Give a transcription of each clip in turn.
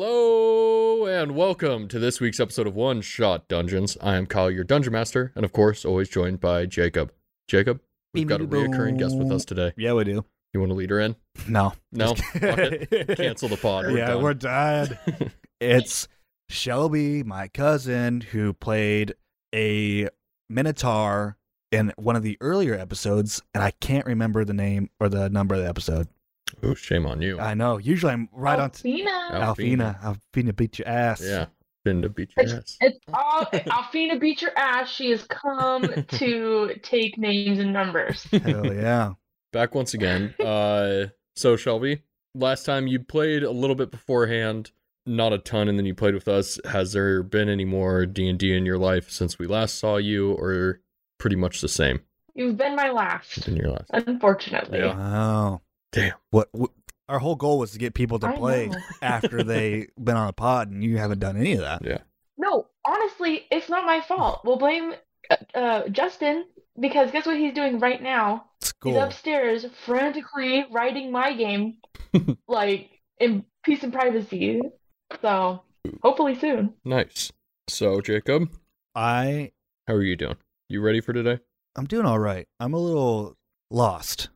Hello and welcome to this week's episode of One Shot Dungeons. I am Kyle, your dungeon master, and of course, always joined by Jacob. Jacob, we've got a reoccurring guest with us today. Yeah, we do. You want to lead her in? No. No, Fuck it. cancel the pod. We're yeah, done. we're done. it's Shelby, my cousin, who played a Minotaur in one of the earlier episodes, and I can't remember the name or the number of the episode. Oh, shame on you. I know. Usually I'm right on. T- Alfina. Alfina. Alfina. Alfina beat your ass. yeah, been to beat your ass. It's all Alfina beat your ass. She has come to take names and numbers. Hell yeah. Back once again. Uh, so Shelby, last time you played a little bit beforehand, not a ton, and then you played with us. Has there been any more D and D in your life since we last saw you, or pretty much the same You've been my last, in your life? unfortunately. Yeah. Wow. Damn. What, what? Our whole goal was to get people to I play know. after they've been on a pod, and you haven't done any of that. No, honestly, it's not my fault. We'll blame uh, uh, Justin because guess what he's doing right now? School. He's upstairs frantically writing my game, like in peace and privacy. So hopefully soon. Nice. So, Jacob, I how are you doing? You ready for today? I'm doing all right. I'm a little lost.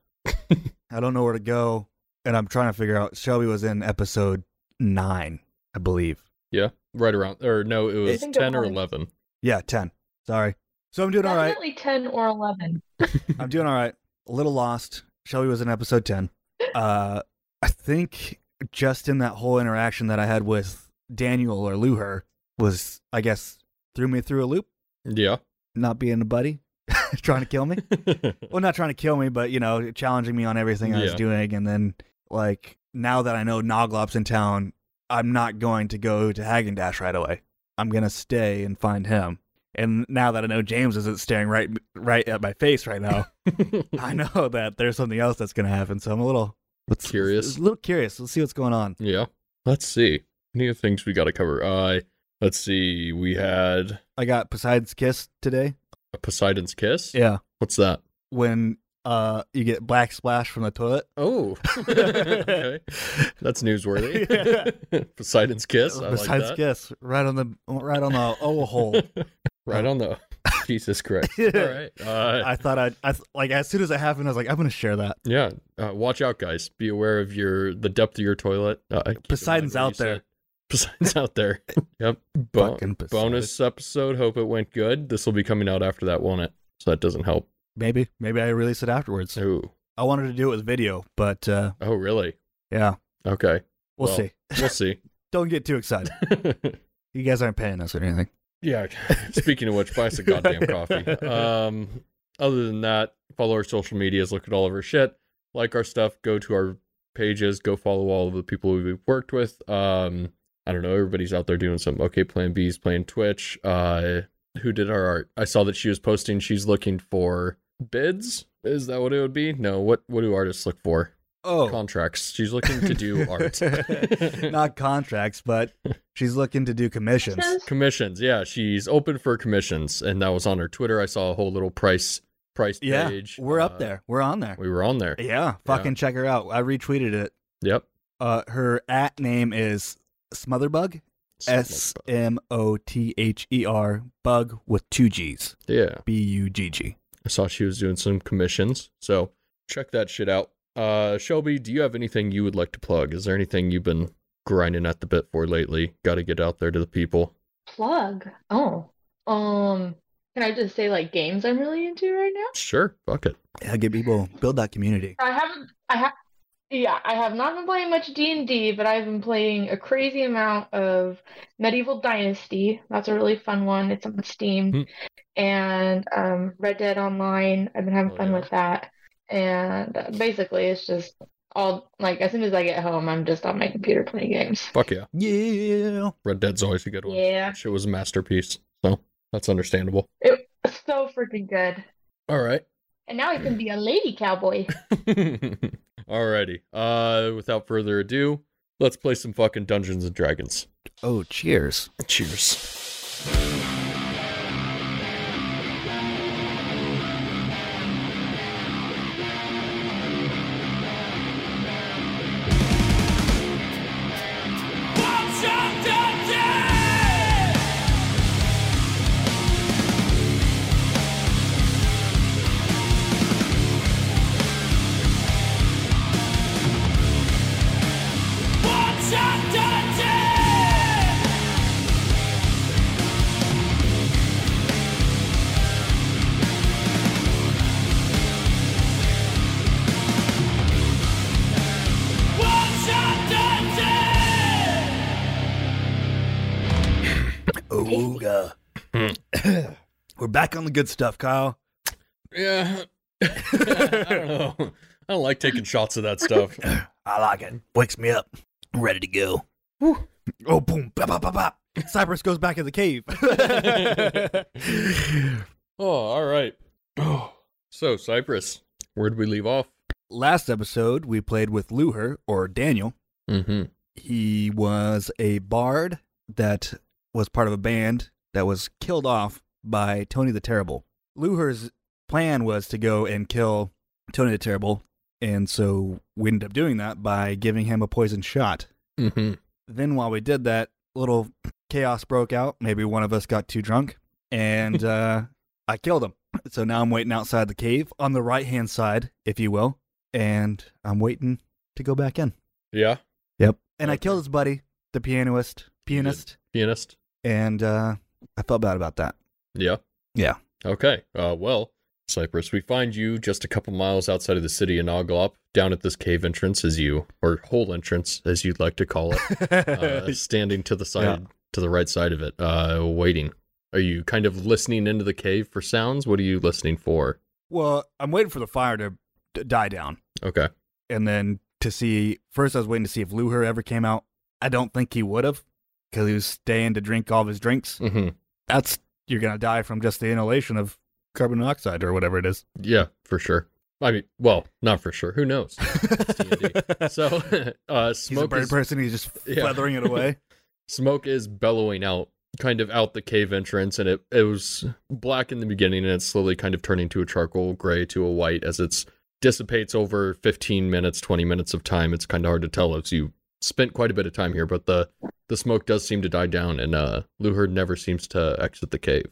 I don't know where to go, and I'm trying to figure out. Shelby was in episode nine, I believe. Yeah, right around or no, it was I think ten it or was. eleven. Yeah, ten. Sorry. So I'm doing all right. Definitely ten or eleven. I'm doing all right. A little lost. Shelby was in episode ten. Uh, I think just in that whole interaction that I had with Daniel or Luher was, I guess, threw me through a loop. Yeah. Not being a buddy, trying to kill me. well, not trying to kill me, but you know, challenging me on everything I was Yeah. doing. And then, like, now that I know Noglop's in town, I'm not going to go to Hagen Dash right away. I'm gonna stay and find him. And now that I know James isn't staring right right at my face right now, I know that there's something else that's gonna happen. So I'm a little let's- Curious. A little curious. Let's see what's going on. yeah. Let's see. Any other things we got to cover? Uh, let's see. We had I got Poseidon's kiss today. a Poseidon's kiss. Yeah, What's that? when uh you get black splash from the toilet. Oh, okay. That's newsworthy. Poseidon's kiss. I Poseidon's like that. kiss right on the right on the oh hole. right on the. Jesus Christ. All right. Uh, I thought I'd, I th- like as soon as it happened, I was like, I'm gonna share that. Yeah, uh, watch out, guys. Be aware of your the depth of your toilet. Uh, keep in Poseidon's mind what out you said. there. Poseidon's out there. yep. Bo- Fucking Poseidon. bonus episode. Hope it went good. This will be coming out after that, won't it? So that doesn't help. Maybe, maybe I release it afterwards. Ooh. I wanted to do it with video, but uh, Oh, really? yeah, Okay. we'll, Well. see. We'll see. Don't get too excited. you guys aren't paying us or anything. yeah. Speaking of which, buy us a goddamn coffee. Um. Other than that, follow our social medias. Look at all of our shit. Like our stuff. Go to our pages. Go follow all of the people we've worked with. Um. I don't know. Everybody's out there doing some okay. Plan B's playing Twitch. Uh, who did our art? I saw that she was posting. She's looking for bids. Is that what it would be? No. What What do artists look for? Oh, Contracts. She's looking to do art. not contracts, but she's looking to do commissions. commissions. Yeah, she's open for commissions, and that was on her Twitter. I saw a whole little price price Yeah, page. we're Uh, up there. We're on there. We were on there. Yeah, fucking check her out. I retweeted it. Yep. Uh, her at name is Smotherbug. S M O T H E R bug with two G's. Yeah. B U G G. I saw she was doing some commissions. So check that shit out. Uh Shelby, do you have anything you would like to plug? Is there anything you've been grinding at the bit for lately? Gotta get out there to the people. Plug. Oh. Um, can I just say like games I'm really into right now? Sure. Fuck it. Yeah, get people build that community. I haven't I have yeah, I have not been playing much D&D, but I've been playing a crazy amount of Medieval Dynasty. That's a really fun one. It's on Steam. Hmm. And um Red Dead Online. I've been having Oh, fun yeah. with that. And uh, basically it's just all like as soon as I get home, I'm just on my computer playing games. Fuck yeah. Yeah. Red Dead's always a good one. Yeah. Shit was a masterpiece. So that's understandable. So freaking good. All right. And now I can be a lady cowboy. Alrighty. Uh, without further ado, let's play some fucking Dungeons and Dragons. Oh, cheers. Cheers. One Ooga. We're back on the good stuff, Kyle. Yeah. I don't know. I don't like taking shots of that stuff. I like it. Wakes me up. I'm ready to go. Whew. Oh, boom. Bop, bop, bop, bop. Cypress goes back in the cave. Oh, all right. Oh. So, Cyprus, where'd we leave off? Last episode, we played with Luher, or Daniel. Mm-hmm. He was a bard that was part of a band that was killed off by Tony the Terrible. Luher's plan was to go and kill Tony the Terrible, and so we ended up doing that by giving him a poison shot. Mm-hmm. Then, while we did that, little chaos broke out. Maybe one of us got too drunk, and uh, I killed him. So now I'm waiting outside the cave on the right hand side, if you will, and I'm waiting to go back in. Yeah. Yep. And I Okay. killed his buddy, the pianist, did. pianist, Pianist. and uh, I felt bad about that. Yeah. Yeah. Okay. Uh, well, Cyprus, we find you just a couple miles outside of the city of Noglop, down at this cave entrance, as you, or hole entrance, as you'd like to call it, uh, standing to the side, to the right side of it, uh, waiting. Are you kind of listening into the cave for sounds? What are you listening for? Well, I'm waiting for the fire to d- die down, Okay. and then to see. First, I was waiting to see if Luher ever came out. I don't think he would have, because he was staying to drink all of his drinks. Mm-hmm. That's you're gonna die from just the inhalation of carbon monoxide or whatever it is. Yeah, for sure. I mean, well, not for sure. Who knows? so, uh, He's a smoke bird is, person. He's just Yeah. feathering it away. smoke is bellowing out, kind of out the cave entrance, and it it was black in the beginning, and it's slowly kind of turning to a charcoal gray to a white as it's dissipates over 15 minutes, 20 minutes of time. It's kind of hard to tell as you spent quite a bit of time here, but the the smoke does seem to die down, and uh, Luherd never seems to exit the cave.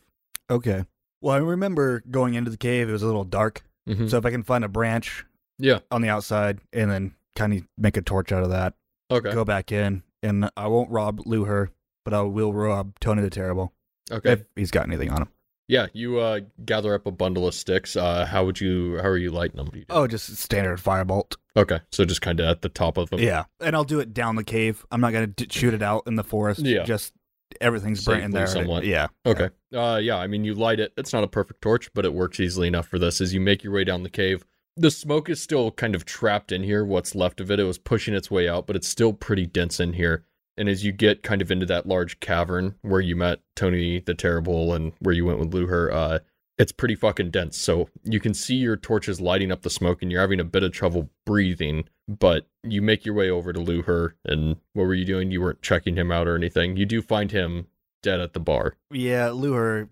okay. Well, I remember going into the cave. It was a little dark, Mhm. so if I can find a branch yeah. on the outside and then kind of make a torch out of that, Okay. go back in, and I won't rob Luher, but I will rob Tony the Terrible. Okay. if he's got anything on him. Yeah, you uh, gather up a bundle of sticks. Uh, how would you? How are you lighting them? Do you do- Oh, just standard firebolt. Okay, so just kind of at the top of them. Yeah, and I'll do it down the cave. I'm not gonna d- shoot it out in the forest. Yeah. just everything's burnt in Safely there. somewhat. Yeah, Okay. Uh, yeah. I mean, you light it. It's not a perfect torch, but it works easily enough for this. As you make your way down the cave, the smoke is still kind of trapped in here. What's left of it, it was pushing its way out, but it's still pretty dense in here. And as you get kind of into that large cavern where you met Tony the Terrible and where you went with Luher, uh, it's pretty fucking dense. So you can see your torches lighting up the smoke, and you're having a bit of trouble breathing. But you make your way over to Luher, and what were you doing? You weren't checking him out or anything. You do find him dead at the bar. yeah. Luher,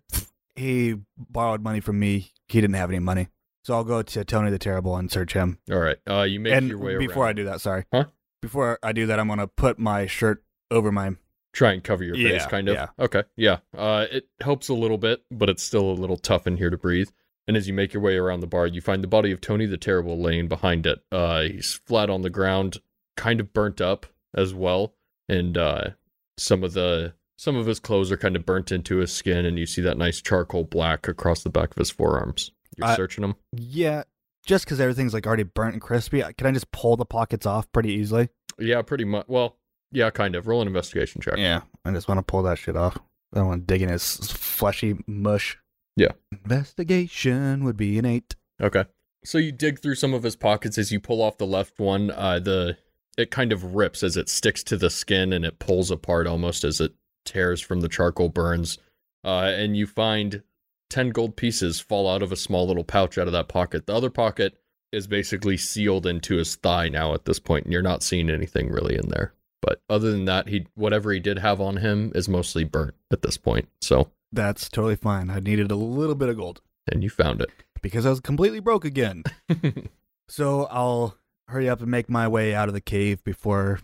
he borrowed money from me. He didn't have any money, so I'll go to Tony the Terrible and search him. All right. Uh, you make and your way before around. I do that, sorry. Huh? Before I do that, I'm gonna put my shirt over my. Try and cover your face, Yeah, kind of. yeah. Okay. Yeah. Uh, it helps a little bit, but it's still a little tough in here to breathe. And as you make your way around the bar, you find the body of Tony the Terrible laying behind it. Uh, he's flat on the ground, kind of burnt up as well, and uh, some of the some of his clothes are kind of burnt into his skin, and you see that nice charcoal black across the back of his forearms. You're I- searching him. Yeah, just because everything's like already burnt and crispy, I- can I just pull the pockets off pretty easily? Yeah, pretty much. Well, yeah, kind of. Roll an investigation check. Yeah, I just want to pull that shit off. I don't want to dig in his fleshy mush. Yeah. Investigation would be an eight. Okay. So you dig through some of his pockets as you pull off the left one. Uh, the it kind of rips as it sticks to the skin and it pulls apart almost as it tears from the charcoal burns. Uh, and you find ten gold pieces fall out of a small little pouch out of that pocket. The other pocket is basically sealed into his thigh now at this point, and you're not seeing anything really in there. But other than that, he whatever he did have on him is mostly burnt at this point. So That's totally fine. I needed a little bit of gold and you found because I was completely broke again. it. so I'll hurry up and make my way out of the cave before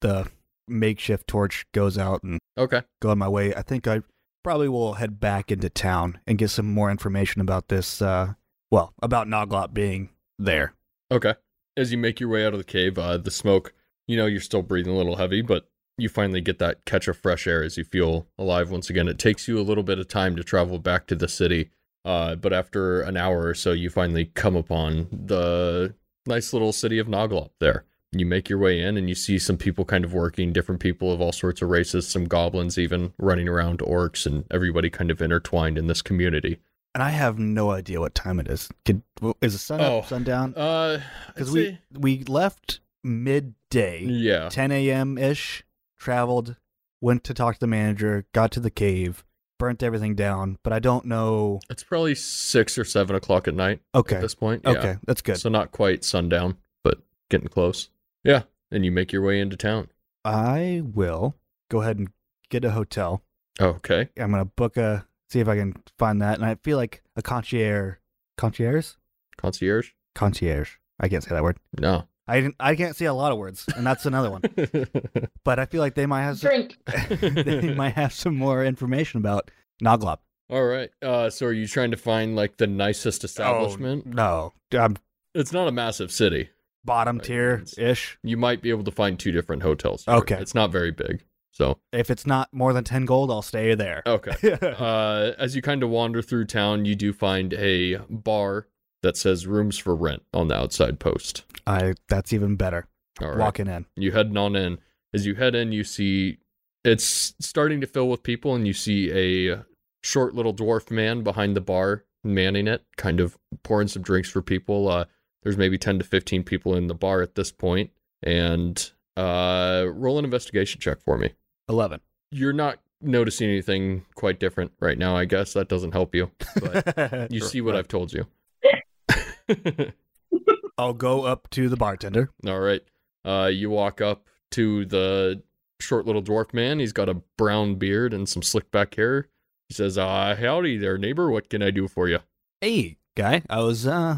the makeshift torch goes out and okay. go on my way. I think I probably will head back into town and get some more information about this. Uh, well, about Noglop being there. Okay. As you make your way out of the cave, uh, the smoke you know you're still breathing a little heavy, but you finally get that catch of fresh air as you feel alive once again. It takes you a little bit of time to travel back to the city, uh, but after an hour or so, you finally come upon the nice little city of Noglop there. You make your way in and you see some people kind of working, different people of all sorts of races, some goblins even running around, orcs, and everybody kind of intertwined in this community. And I have no idea what time it is. Could, well, is the sun Oh. up, sun down? Uh, Because I'd we say- we left midday, yeah, 10 a.m. ish. Traveled, went to talk to the manager, got to the cave, burnt everything down. But I don't know. it's probably six or seven o'clock at night Okay, at this point. Yeah. okay, that's good. So not quite sundown, but getting close. Yeah. And you make your way into town. I will go ahead and get a hotel. Okay. I'm gonna book a see if I can find that. And I feel like a concierge, concierge, Concierge? concierge. I can't say that word. No. I didn't. I can't say a lot of words, and that's another one. But I feel like they might have some, Drink. they might have some more information about Noglop. All right. Uh, so are you trying to find like the Oh, nicest establishment? No, um, It's not a massive city. bottom Right, tier it's- ish. You might be able to find two different hotels. here. Okay. It's not very big. So, If it's not more than ten gold, I'll stay there. okay. uh, as you kind of wander through town, you do find a bar that says rooms for rent on the outside post. I that's even better. All right. Walking in. You heading on in. As you head in, you see it's starting to fill with people, and you see a short little dwarf man behind the bar manning it, kind of pouring some drinks for people. Uh, there's maybe 10 to 15 people in the bar at this point, and uh, roll an investigation check for me. Eleven. You're not noticing anything quite different right now, I guess. That doesn't help you. But you see Uh, what I've told you. I'll go up to the bartender. All right. Uh, you walk up to the short little dwarf man. He's got a brown beard and some slick back hair. He says, "Ah, howdy there, neighbor. What can I do for you?" Hey, guy. I was uh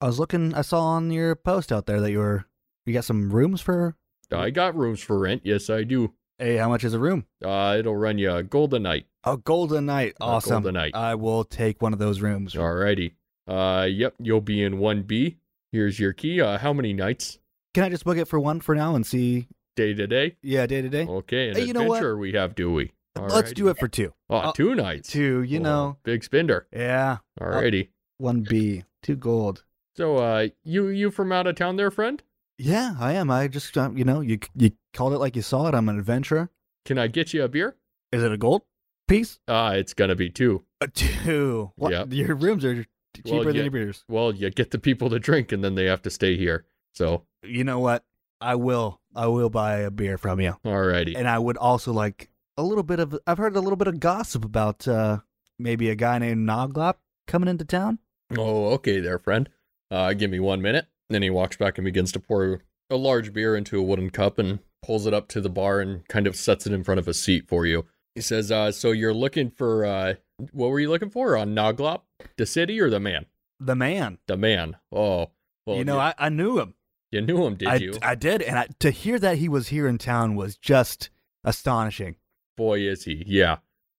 I was looking I saw on your post out there that you were you got some rooms for I Mm. got rooms for rent. Yes, I do. Hey, how much is a room? Uh, it'll run you a golden night. A golden night. A Awesome. golden night. I will take one of those rooms. All righty. Uh, yep. You'll be in one B. Here's your key. Uh, how many nights? Can I just book it for one for now and see Day to day. yeah, day to day? Okay. An Hey, Eh, you know what? adventure we have, do we? Let's do it for two. Oh, uh, two nights. Two, you Whoa, know. big spender. Yeah. All righty. One B. Two gold. so, uh, you you from out of town there, friend? Yeah, I am. I just, um, you know, you you called it like you saw it. I'm an adventurer. Can I get you a beer? Is it a gold piece? Ah, it's gonna be two. A two. What? Yep. Your rooms are cheaper Well, than yeah. your beers. Well, you get the people to drink, and then they have to stay here. So, You know what? I will. I will buy a beer from you. alrighty. And I would also like a little bit of. I've heard a little bit of gossip about uh maybe a guy named Noglop coming into town. oh, okay, there, friend. Uh, give me one minute. And then he walks back and begins to pour a large beer into a wooden cup and pulls it up to the bar and kind of sets it in front of a seat for you. He says, "Uh, so you're looking for uh, what were you looking for on Noglop, the city or the man? The man. The man. Oh, well, you know, I, I knew him. you knew him, did I, you? I did, and I, to hear that he was here in town was just astonishing. boy is he yeah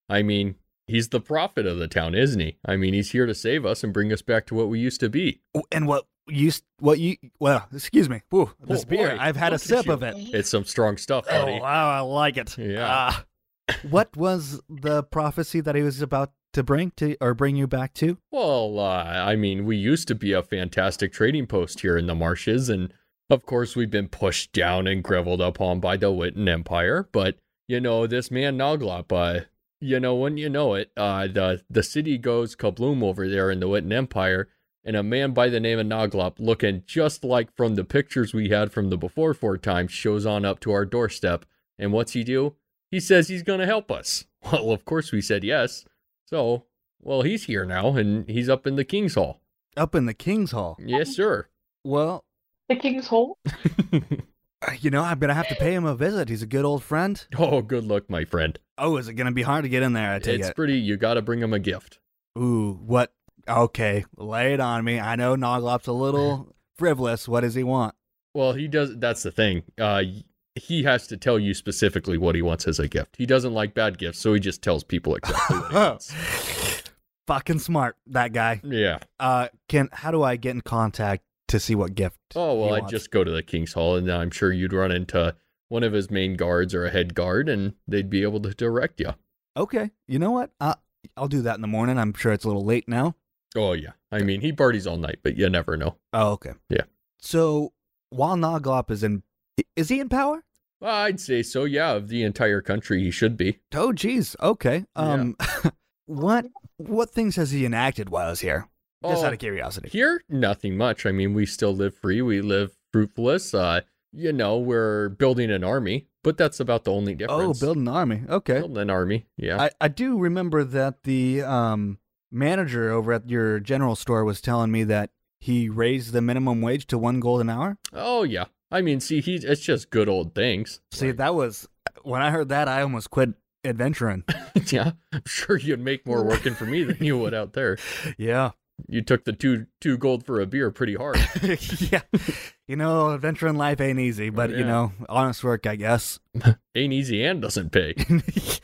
i mean he's the prophet of the town isn't he i mean he's here to save us and bring us back to what we used to be and what you what you well excuse me Whew, this Oh, boy. beer i've had a Look at sip of you. it it's some strong stuff oh buddy wow i like it Yeah. Ah. what was the prophecy that he was about to bring to or bring you back to well uh, i mean we used to be a fantastic trading post here in the marshes and of course we've been pushed down and groveled upon by the witten empire but you know this man noglop uh, you know when you know it uh, the, the city goes kabloom over there in the witten empire and a man by the name of Noglop, looking just like from the pictures we had from the before four times, shows on up to our doorstep. And what's he do? He says he's going to help us. Well, of course we said yes. So, well, he's here now, and he's up in the King's Hall. up in the king's hall Yes, sir. well The King's Hole. you know i'm gonna have to pay him a visit he's a good old friend oh, good luck, my friend. oh is it gonna be hard to get in there i take It's it pretty. You got to bring him a gift. ooh what okay lay it on me i know noglop's a little frivolous what does he want Well, he does. That's the thing. Uh, he has to tell you specifically what he wants as a gift. He doesn't like bad gifts, so he just tells people exactly what he wants. fucking smart that guy Yeah. uh can how do i get in contact to see what gift. Oh well, he I'd wants. just go to the King's Hall, and I'm sure you'd run into one of his main guards or a head guard, and they'd be able to direct you. Okay, you know what? I, I'll do that in the morning. I'm sure it's a little late now. Oh yeah, I mean he parties all night, but you never know. Oh, okay. Yeah. So while Noglop is in, is he in power? I'd say so. Yeah, of the entire country, he should be. Oh, geez. Okay. Yeah. Um, what what things has he enacted while he's here? Just Oh, out of curiosity. Here, nothing much. I mean, we still live free. We live fruitless. Uh, you know, we're building an army, but that's about the only oh, difference. build an army. Okay. Building an army. Yeah. I, I do remember that the um, manager over at your general store was telling me that he raised the minimum wage to one gold an hour. oh yeah. I mean, see, he's it's just good old things. See, that was when I heard that, I almost quit adventuring. yeah, I'm sure you'd make more working for me than you would out there. yeah. You took the two two gold for a beer pretty hard. yeah. You know, adventuring life ain't easy, but you yeah. know, honest work, I guess. Ain't easy and doesn't pay.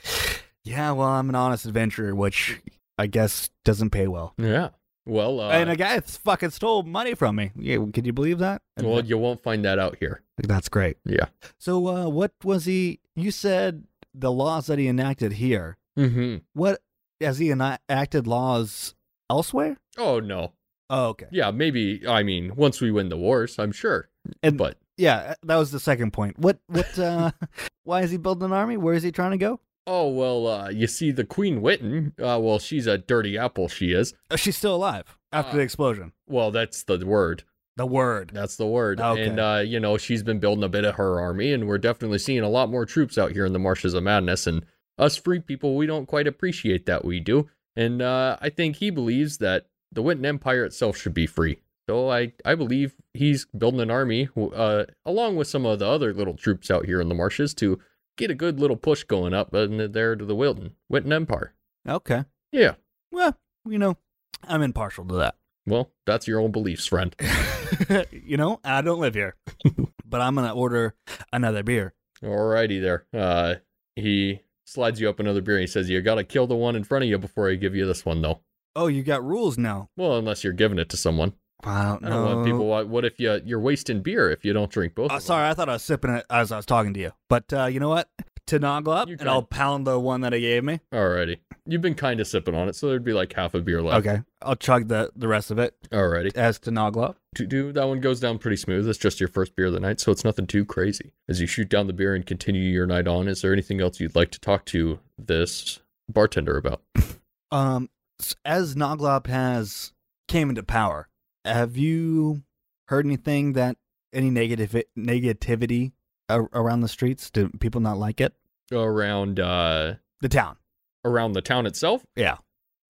yeah, well, I'm an honest adventurer, which I guess doesn't pay well. Yeah. Well, uh, and a guy that's fucking stole money from me. Yeah, could you believe that? well, you won't find that out here. That's great. Yeah. So, uh, what was he? You said the laws that he enacted here. Mm-hmm. What has he enacted laws elsewhere? Oh no. Oh, okay. Yeah, maybe. I mean, once we win the wars, I'm sure. And- but Yeah, uh, that was the second point. What? What? Uh, why is he building an army? Where is he trying to go? oh well. Uh, you see, the Queen Witten. Uh, well, she's a dirty apple. She is. Oh, she's still alive after Ah. the explosion. Well, that's the word. The word. That's the word. Okay. And uh, you know, she's been building a bit of her army, and we're definitely seeing a lot more troops out here in the marshes of madness. And us free people, we don't quite appreciate that. We do, and uh, I think he believes that the Witten Empire itself should be free. So I, I believe he's building an army uh, along with some of the other little troops out here in the marshes to get a good little push going up in there to the Wilton Witten Empire. Okay. Yeah. Well, you know, I'm impartial to that. Well, that's your own beliefs, friend. you know, I don't live here, but I'm gonna order another beer. Alrighty there. Uh, he slides you up another beer and he says, You gotta kill the one in front of you before I give you this one, though. Oh, you got rules now. Well, unless you're giving it to someone. I don't know. I don't want people. What, what if you, you're wasting beer if you don't drink both? Uh, of them? sorry, I thought I was sipping it as I was talking to you. But uh, you know what? To Noggle up, You and can. I'll pound the one that he gave me. Alrighty. You've been kind of sipping on it, so there'd be like half a beer left. Okay. I'll chug the, the rest of it Alrighty. as to Noggle up. Do- do- That one goes down pretty smooth. It's just your first beer of the night, so it's nothing too crazy. As you shoot down the beer and continue your night on, is there anything else you'd like to talk to this bartender about? Um, s- as Noglop has came into power, have you heard anything that any negative negativity a- around the streets? Do people not like it? Around uh, The town. around the town itself? Yeah.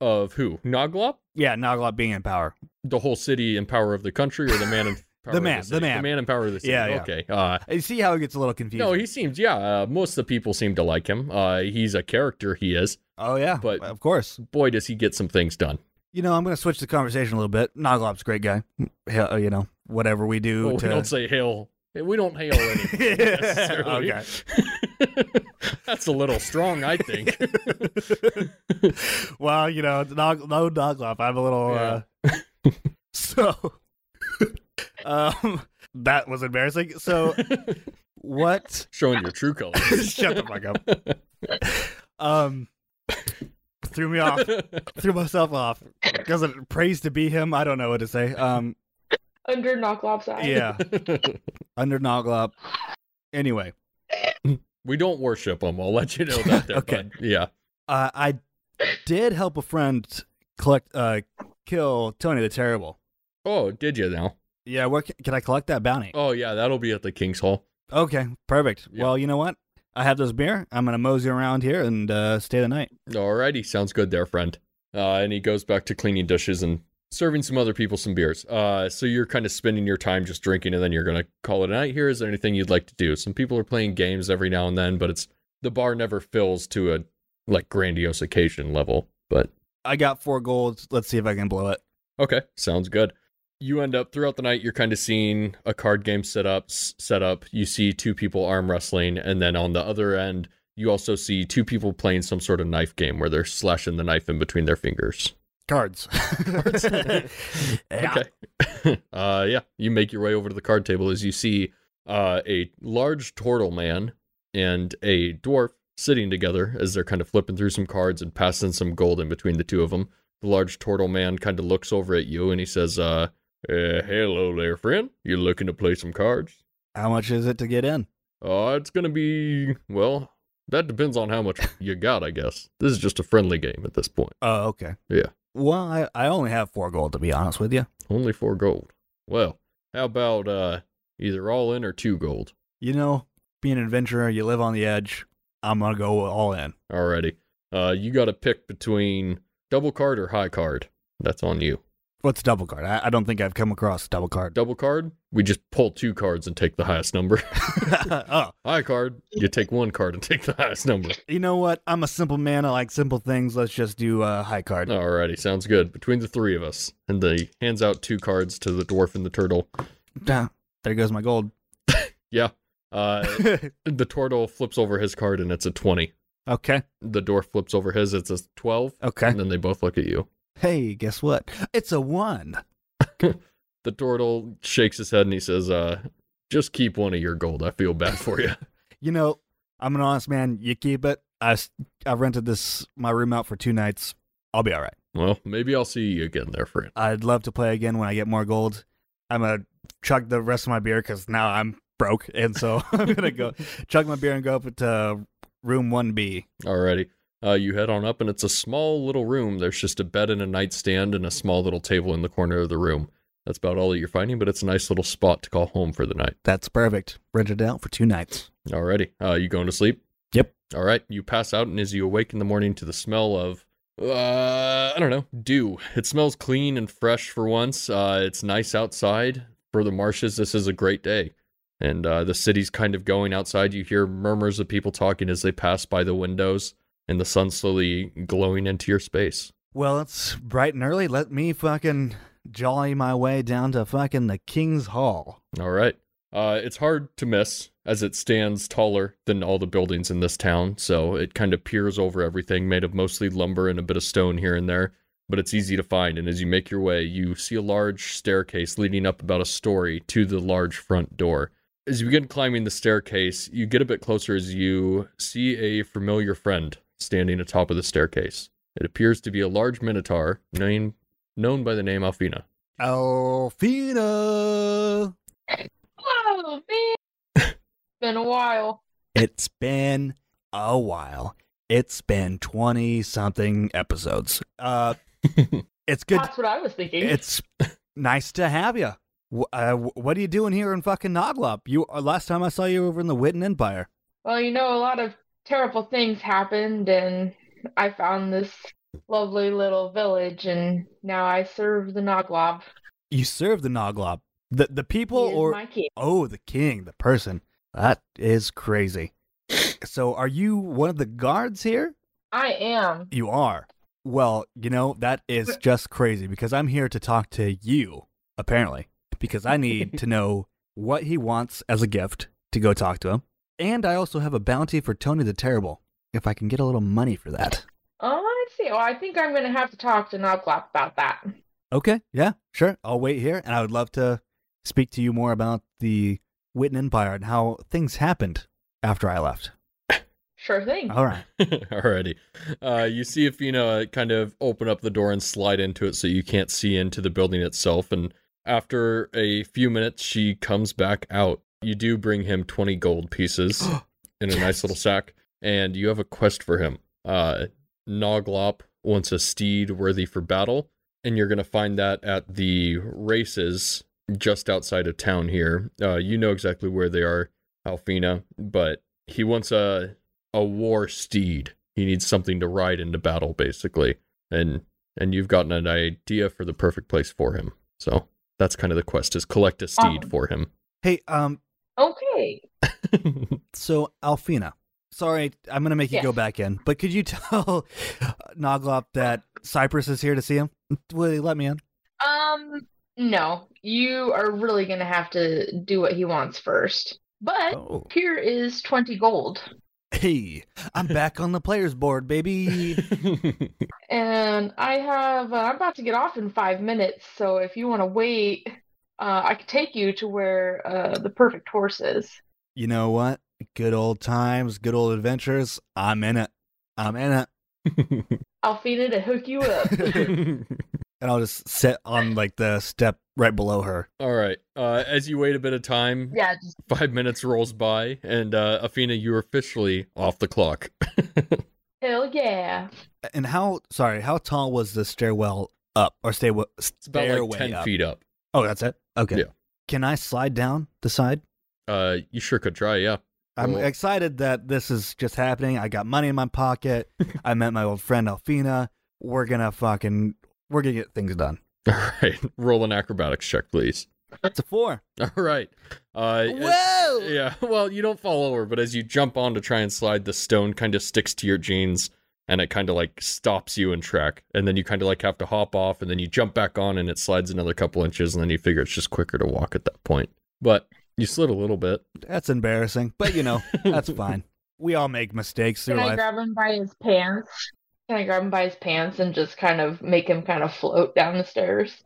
Of who? Noglop? Yeah, Noglop being in power. the whole city in power of the country or the man in power of man, the city? man. in power of the city Yeah, yeah. okay uh You see how it gets a little confusing. no he seems yeah uh, most of the people seem to like him uh he's a character he is oh yeah, but- of course. boy does he get some things done You know, I'm going to switch the conversation a little bit. Noglop's a great guy. Hell, You know, whatever we do oh, to we don't say hail we don't hail anything necessarily. Okay. that's a little strong i think well, you know, it's nog- no Noglop. I'm a little. Uh, so, um, that was embarrassing. So, what? showing your true colors Shut the fuck up. Um, threw me off. Threw myself off. Doesn't praise to be him. I don't know what to say. Um, Under Knocklop's eye. yeah, under Noglop. Anyway, we don't worship him i'll let you know that there, Okay. bud. yeah uh, I did help a friend collect, uh, kill Tony the Terrible. oh did you now Yeah, where can, can I collect that bounty? oh yeah that'll be at the king's hall Okay, perfect. Yeah. Well, you know what? I have this beer. I'm gonna mosey around here and uh, stay the night. Alrighty, sounds good there, friend. Uh, and he goes back to cleaning dishes and serving some other people some beers. Uh, so you're kind of spending your time just drinking, and then you're gonna call it a night. Here, is there anything you'd like to do? Some people are playing games every now and then, but it's the bar never fills to a like grandiose occasion level. But I got four golds. Let's see if I can blow it. okay, sounds good. You end up throughout the night. You're kind of seeing a card game set up. s- Set up. You see two people arm wrestling, and then on the other end, you also see two people playing some sort of knife game where they're slashing the knife in between their fingers. cards. Yeah. Okay. uh, yeah, you make your way over to the card table as you see uh, a large turtle man and a dwarf sitting together as they're kind of flipping through some cards and passing some gold in between the two of them. The large turtle man kind of looks over at you and he says, uh, eh, "Hello there, friend. You looking to play some cards? How much is it to get in? Uh, it's gonna be well." That depends on how much you got, I guess. This is just a friendly game at this point. Oh, okay. Yeah. Well, I, I only have four gold to be honest with you. Only four gold. Well, how about uh either all in or two gold? You know, being an adventurer, you live on the edge. I'm gonna go all in. Alrighty. Uh you gotta pick between double card or high card. That's on you. What's double card? I, I don't think I've come across double card. Double card, we just pull two cards and take the highest number. oh, high card, you take one card and take the highest number. you know what? I'm a simple man. I like simple things. Let's just do uh, high card. Alrighty, sounds good. Between the three of us. And they hands out two cards to the dwarf and the turtle. Ah, There goes my gold. Yeah. Uh the turtle flips over his card and it's a twenty. okay. The dwarf flips over his, it's a twelve. Okay. And then they both look at you. Hey, guess what? It's a one. The turtle shakes his head and he says, uh, just keep one of your gold. I feel bad for you. You know, I'm an honest man. You keep it. I, s- I rented this my room out for two nights. I'll be all right. well, maybe I'll see you again there, friend. I'd love to play again when I get more gold. I'm gonna chug the rest of my beer because now I'm broke, and so I'm gonna go chug my beer and go up to room one B. Alrighty. Uh, you head on up and it's a small little room. There's just a bed and a nightstand and a small little table in the corner of the room. That's about all that you're finding, but it's a nice little spot to call home for the night. That's perfect. Rented it out for two nights. Alrighty. Uh, you going to sleep? Yep. All right. You pass out, and as you awake in the morning to the smell of, uh, I don't know, dew. It smells clean and fresh for once. Uh, it's nice outside for the marshes. This is a great day. And uh, the city's kind of going outside. You hear murmurs of people talking as they pass by the windows, and the sun slowly glowing into your space. Well, it's bright and early. Let me fucking jolly my way down to fucking the King's Hall. All right. Uh, it's hard to miss as it stands taller than all the buildings in this town. So it kind of peers over everything, made of mostly lumber and a bit of stone here and there. But it's easy to find. And as you make your way, you see a large staircase leading up about a story to the large front door. As you begin climbing the staircase, you get a bit closer as you see a familiar friend standing atop of the staircase. It appears to be a large minotaur named, known by the name Alfina. Elfina, Whoa, Oh, man! Been a while. it's been a while. It's been twenty something episodes. Uh, it's good. That's what I was thinking. It's nice to have you. Wh- uh, wh- what are you doing here in fucking Noglop? You uh, last time I saw you over in the Witten Empire. Well, you know, a lot of terrible things happened, and I found this lovely little village, and now I serve the Noglob. You serve the Noglop, the the people, He is or my king. oh, the king, the person. That is crazy. so, are you one of the guards here? I am. You are. Well, you know that is just crazy because I'm here to talk to you apparently because I need to know what he wants as a gift to go talk to him, and I also have a bounty for Tony the Terrible. If I can get a little money for that. Oh, I see. Well, I think I'm gonna have to talk to Noglop about that. Okay, yeah, sure. I'll wait here, and I would love to speak to you more about the Witten Empire and how things happened after I left. Sure thing. All right. Alrighty. Uh, you see Athena kind of open up the door and slide into it so you can't see into the building itself. And after a few minutes, she comes back out. You do bring him 20 gold pieces in a nice little sack, and you have a quest for him. Uh, Noglop wants a steed worthy for battle, and you're going to find that at the races just outside of town here. Uh, you know exactly where they are, Alfina, but he wants a a war steed. He needs something to ride into battle, basically. And and you've gotten an idea for the perfect place for him. So that's kind of the quest: is collect a steed Awesome. for him. Hey, um, Okay. so Alfina, sorry, I'm gonna make you go Yes. back in, but could you tell Noglop that Cypress is here to see him? Will he let me in? Um, no. You are really gonna have to do what he wants first. But Oh, here is 20 gold. Hey, I'm back on the players board, baby. And I have, uh, I'm about to get off in five minutes, so if you want to wait, uh, I could take you to where uh, the perfect horse is. You know what? Good old times, good old adventures. I'm in it. I'm in it. I'll feed it and hook you up. And I'll just sit on like the step right below her. All right. Uh, as you wait a bit of time, yeah, just, five minutes rolls by, and uh, Athena, you're officially off the clock. hell yeah. And how, sorry, how tall was the stairwell up or stairwell? It's about stairway like ten up? feet up. Oh, that's it? Okay. Yeah. Can I slide down the side? Uh, you sure could try. Yeah. I'm Cool. excited that this is just happening. I got money in my pocket. I met my old friend Alfina. We're gonna fucking we're gonna get things done. All right. Roll an acrobatics check, please. It's a four. All right. Uh, as- Whoa! yeah. Well, you don't fall over, but as you jump on to try and slide, the stone kind of sticks to your jeans, and it kind of like stops you in track. And then you kind of like have to hop off, and then you jump back on, and it slides another couple inches, and then you figure it's just quicker to walk at that point. But you slid a little bit. That's embarrassing, but you know that's fine. We all make mistakes through Can I life. grab him by his pants? Can I grab him by his pants and just kind of make him kind of float down the stairs?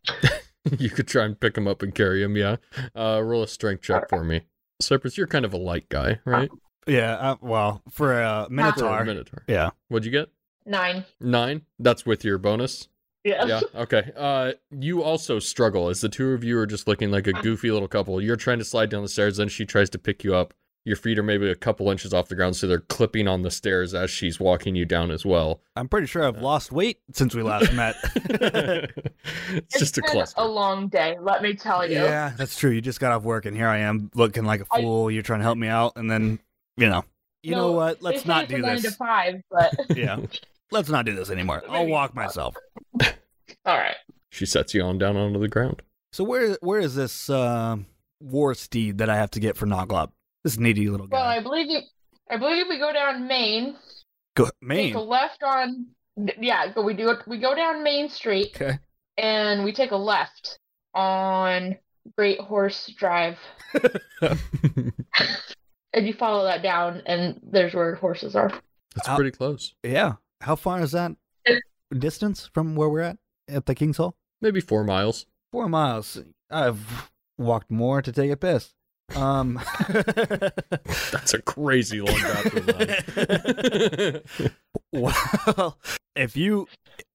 you could try and pick him up and carry him. Yeah. Uh, roll a strength check for me. Cypress, you're kind of a light guy, right? yeah. Uh, well, for Ah. For a a minotaur. Minotaur. Yeah. What'd you get? Nine. Nine. That's with your bonus. Yeah. Okay. Uh, you also struggle as the two of you are just looking like a goofy little couple. You're trying to slide down the stairs, then she tries to pick you up. Your feet are maybe a couple inches off the ground, so they're clipping on the stairs as she's walking you down as well. I'm pretty sure I've lost weight since we last met. it's just a been cluster. A long day, let me tell you. yeah, that's true. You just got off work, and here I am looking like a I- fool. You're trying to help me out, and then you know, you No, know what? They Let's say not it's a do nine to this. five, but yeah. Let's not do this anymore. I'll Maybe walk not. myself. all right. she sets you on down onto the ground. So where where is this uh, war steed that I have to get for Noglop? This needy little guy. Well, I believe you. I believe if we go down Main, Go, take a Maine. left on. Yeah, go- we do it. We go down Main Street Okay. and we take a left on Great Horse Drive, and you follow that down, and there's where horses are. That's How- pretty close. Yeah. How far is that distance from where we're at at the King's Hall? Maybe four miles. Four miles. I've walked more to take a piss. Um. That's a crazy long bathroom line. well, if you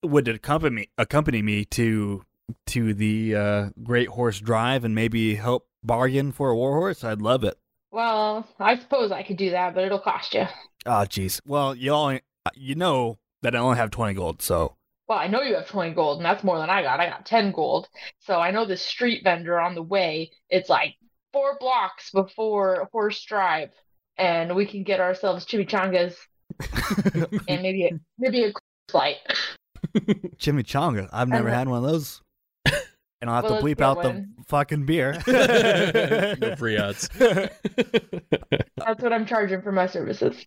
would accompany accompany me to to the uh, Great Horse Drive and maybe help bargain for a war horse, I'd love it. Well, I suppose I could do that, but it'll cost you. Oh, jeez. Well, y'all, you know that I only have twenty gold, so Well, I know you have 20 gold, and that's more than I got. I got 10 gold. So I know the street vendor on the way, it's like four blocks before Horse Drive, and we can get ourselves chimichangas and maybe a, maybe a flight. chimichanga. I've never I'm- had one of those, and I'll have Well, to let's bleep get out one. the fucking beer. no free ads. That's what I'm charging for my services.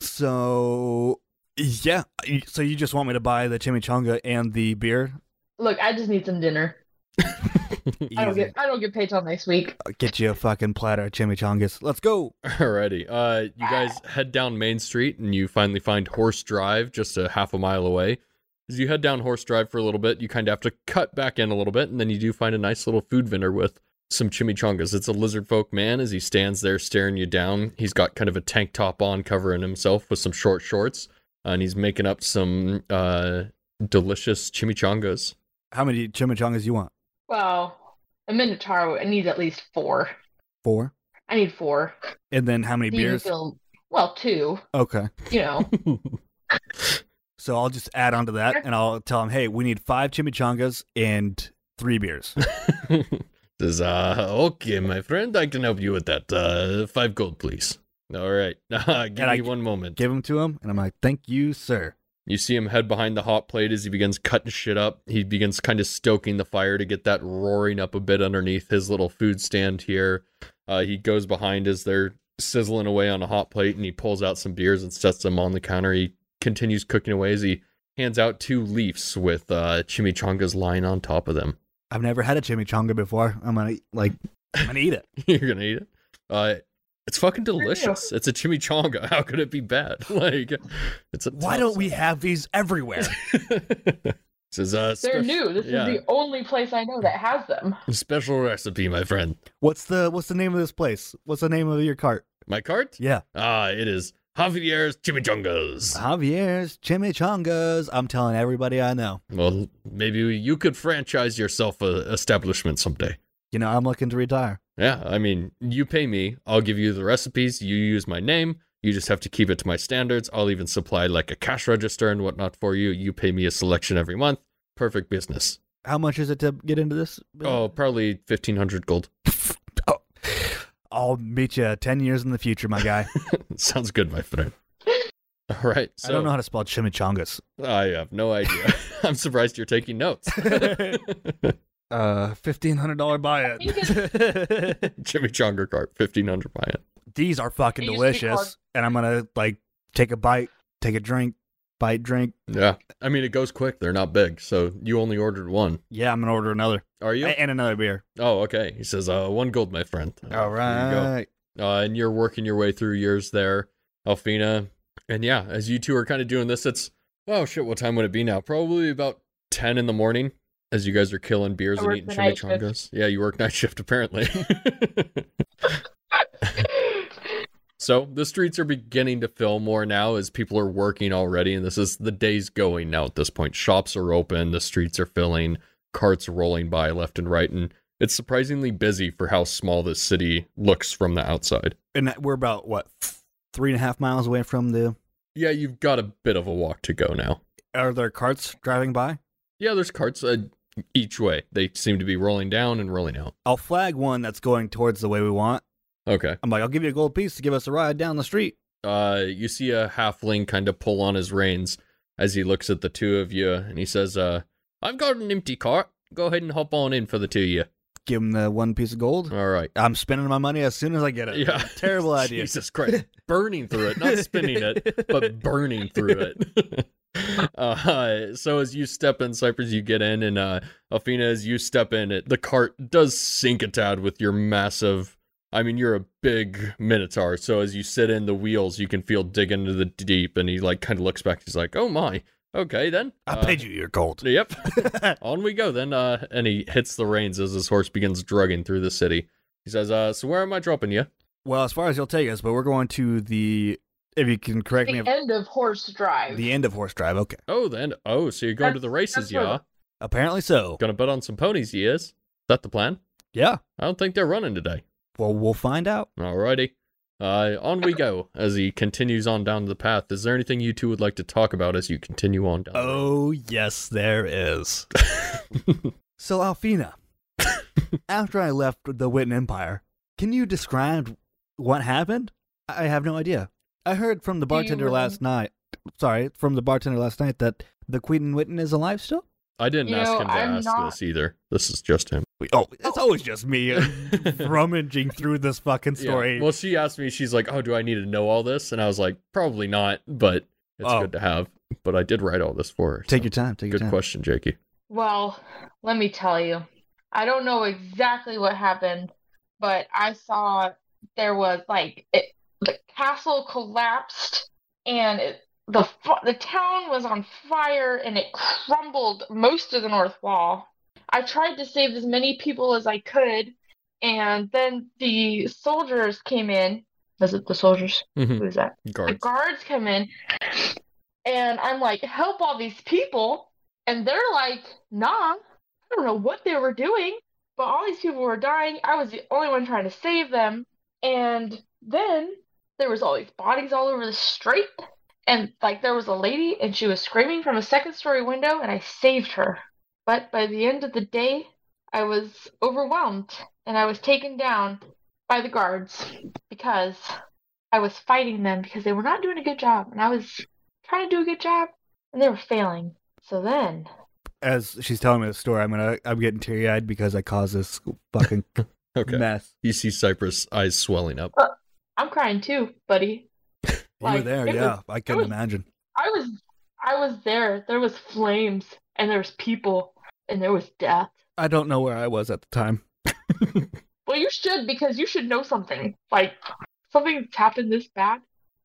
so yeah, you- so you just want me to buy the chimichanga and the beer? Look, I just need some dinner. I don't Easy. get I don't get paid till next week. Get Oh, you a fucking platter of chimichangas. Let's go. Alrighty. Uh, you guys head down Main Street and you finally find Horse Drive just a half a mile away. As you head down Horse Drive for a little bit, you kind of have to cut back in a little bit, and then you do find a nice little food vendor with some chimichangas. It's a lizard folk man as he stands there staring you down. He's got kind of a tank top on covering himself with some short shorts, uh, and he's making up some uh, delicious chimichangas. How many chimichangas you want? Well, a minotaur I need at least four. Four. I need four. And then how many Do you beers? feel- well, two. Okay. You know, So I'll just add on to that, and I'll tell him, hey, we need five chimichangas and three beers. Says, uh, okay, my friend, I can help you with that. Uh, five gold, please. All right. Uh, give And I- me one moment. Give them to him, and I'm like, thank you, sir. You see him head behind the hot plate as he begins cutting shit up. He begins kind of stoking the fire to get that roaring up a bit underneath his little food stand here. Uh, he goes behind as they're sizzling away on a hot plate and he pulls out some beers and sets them on the counter. He continues cooking away as he hands out two leafs with uh, chimichangas lying on top of them. I've never had a chimichanga before. I'm gonna like, I'm gonna eat it. You're gonna eat it. Uh, It's fucking you. delicious. It's a chimichanga. How could it be bad? Like, it's a. Why don't we have these everywhere? this is a They're spec- new. This yeah. is the only place I know that has them. special recipe, my friend. what's the What's the name of this place? What's the name of your cart? My cart? Yeah, Ah, it is Javier's Chimichangas. Ah. Javier's Chimichangas. I'm telling everybody I know. Well, maybe you could franchise yourself a establishment someday. You know, I'm looking to retire. Yeah, I mean, you pay me, I'll give you the recipes, you use my name, you just have to keep it to my standards. I'll even supply like a cash register and whatnot for you. You pay me a selection every month. Perfect business. How much is it to get into this? Oh, probably 1500 gold. Oh. I'll meet you ten years in the future, my guy. Sounds good, my friend. All right. So I don't know how to spell chimichangas. I have no idea. I'm surprised you're taking notes. Uh, fifteen hundred dollar buy in. Jimmy Chonger cart, 1500 buy it. These are fucking They used to be delicious, called- and I'm gonna like take a bite, take a drink, bite, drink. Yeah. I mean, it goes quick. They're not big. So you only ordered one. Yeah, I'm gonna order another Are you? A- and another beer. Oh, okay. He says, uh, one gold, my friend. Uh, there you go. uh, and you're working your way through years there, Alfina. And yeah, as you two are kind of doing this, it's oh shit, what time would it be now? Probably about ten in the morning. As you guys are killing beers I and work eating the night shift. chimichangas. Yeah, you work night shift apparently. so the streets are beginning to fill more now as people are working already, and this is the day's going now at this point. Shops are open, the streets are filling, carts rolling by left and right, and it's surprisingly busy for how small this city looks from the outside. And that- we're about what th- three and a half miles away from the. Yeah, you've got a bit of a walk to go now. Are there carts driving by? Yeah, there's carts uh, each way. They seem to be rolling down and rolling out. I'll flag one that's going towards the way we want. Okay. I'm like, I'll give you a gold piece to give us a ride down the street. Uh, you see a halfling kind of pull on his reins as he looks at the two of you, and he says, "Uh, I've got an empty cart. Go ahead and hop on in for the two of you." Give him the one piece of gold. All right. I'm spending my money as soon as I get it. Yeah. Terrible idea. Jesus Christ, burning through it, not spinning it. but burning through it. uh, so as you step in, Cypress, you get in, and uh, Alfina, as you step in, it, the cart does sink a tad with your massive. I mean, you're a big minotaur, so as you sit in the wheels, you can feel digging into the deep. And he like kind of looks back. He's like, "Oh my, okay then." I paid you your gold. you. Yep. On we go then. Uh, and he hits the reins as his horse begins drugging through the city. He says, "Uh, so where am I dropping you?" well, as far as you'll take us, but we're going to the. If you can correct me, the if, end of Horse Drive. the end of horse drive. Okay. Oh, then. Oh, so you're going to That's- the races, that's where- yeah? Apparently so. Gonna bet on some ponies, he is. Is that the plan? Yeah. I don't think they're running today. Well, we'll find out. Alrighty. Uh, on we go as he continues on down the path. Is there anything you two would like to talk about as you continue on down? the road? Oh, yes, there is. so, Alfina, after I left the Witten Empire, can you describe what happened? I I have no idea. I heard from the Do you bartender last night. Sorry, from the bartender last night that the Queen Witten is alive still. I didn't You ask know, him to I'm ask not- this either. This is just him. Oh, it's always just me uh, rummaging through this fucking Yeah. story. Well, she asked me, she's like, Oh, do I need to know all this? And I was like, Probably not, but it's Oh. good to have. But I did write all this for her. take so. your time. Take your Good time. question, Jakey. Well, let me tell you, I don't know exactly what happened, but I saw there was like it, the castle collapsed and it, the fu- the town was on fire and it crumbled most of the north wall. I tried to save as many people as I could, and then the soldiers came in. Was it the soldiers? Mhm. Who was that? the Guards. guards come in and I'm like, help all these people. And they're like, nah, I don't know what they were doing, but all these people were dying. I was the only one trying to save them. And then there was all these bodies all over the street. And like there was a lady and she was screaming from a second story window and I saved her. But by the end of the day, I was overwhelmed and I was taken down by the guards because I was fighting them because they were not doing a good job, and I was trying to do a good job, and they were failing. So then, As she's telling me the story, I'm gonna. I'm getting teary eyed because I caused this fucking Okay. mess. You see Cypress eyes swelling up. I'm crying too, buddy. You were Like, there, it yeah. was- I couldn't was- imagine. I was, I was there. There was flames, and there was people, and there was death. I don't know where I was at the time. Well, you should because you should know something. Like something's happened this bad,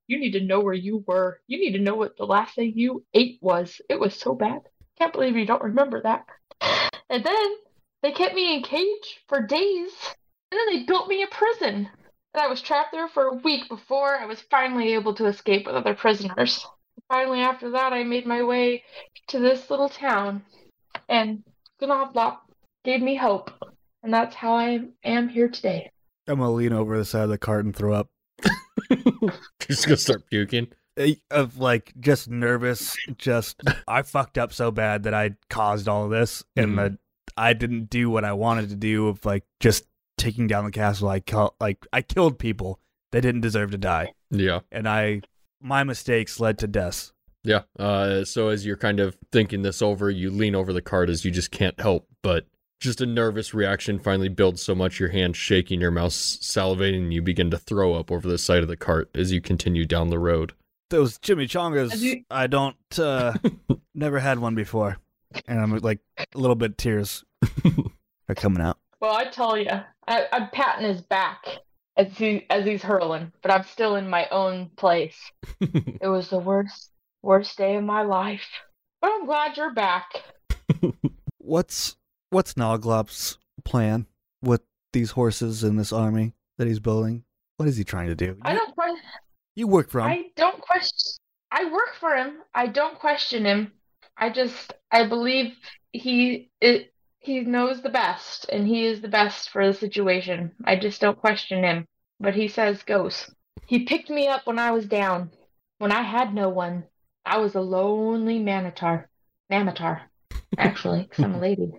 you need to know where you were. You need to know what the last thing you ate was. It was so bad. Can't believe you don't remember that. And then they kept me in cage for days, and then they built me a prison. And I was trapped there for a week before I was finally able to escape with other prisoners. Finally, after that, I made my way to this little town, and Gnoblop gave me hope. And that's how I am here today. I'm gonna lean over the side of the cart and throw up. Just gonna start puking. Eh, Of like just nervous, just I fucked up so bad that I caused all of this, and the I didn't do what I wanted to do of like just taking down the castle. I call like I killed people that didn't deserve to die, Yeah. and I my mistakes led to deaths. Yeah. Uh, so as you're kind of thinking this over, you lean over the cart as you just can't help but just a nervous reaction finally builds so much your hands shaking, your mouth s- salivating, and you begin to throw up over the side of the cart as you continue down the road. Those chimichangas, Have you- I don't uh never had one before, and I'm like a little bit tears are coming out. Well, I tell you, I'm patting his back as he as he's hurling, but I'm still in my own place. It was the worst worst day of my life. But I'm glad you're back. What's what's Noglop's plan with these horses and this army that he's building? What is he trying to do? I You, don't question. you work for him. I don't question. I work for him. I don't question him. I just I believe he it, he knows the best, and he is the best for the situation. I just don't question him. But he says goes. He picked me up when I was down, when I had no one. I was a lonely manitar, mamatar, actually, 'cause I'm a lady.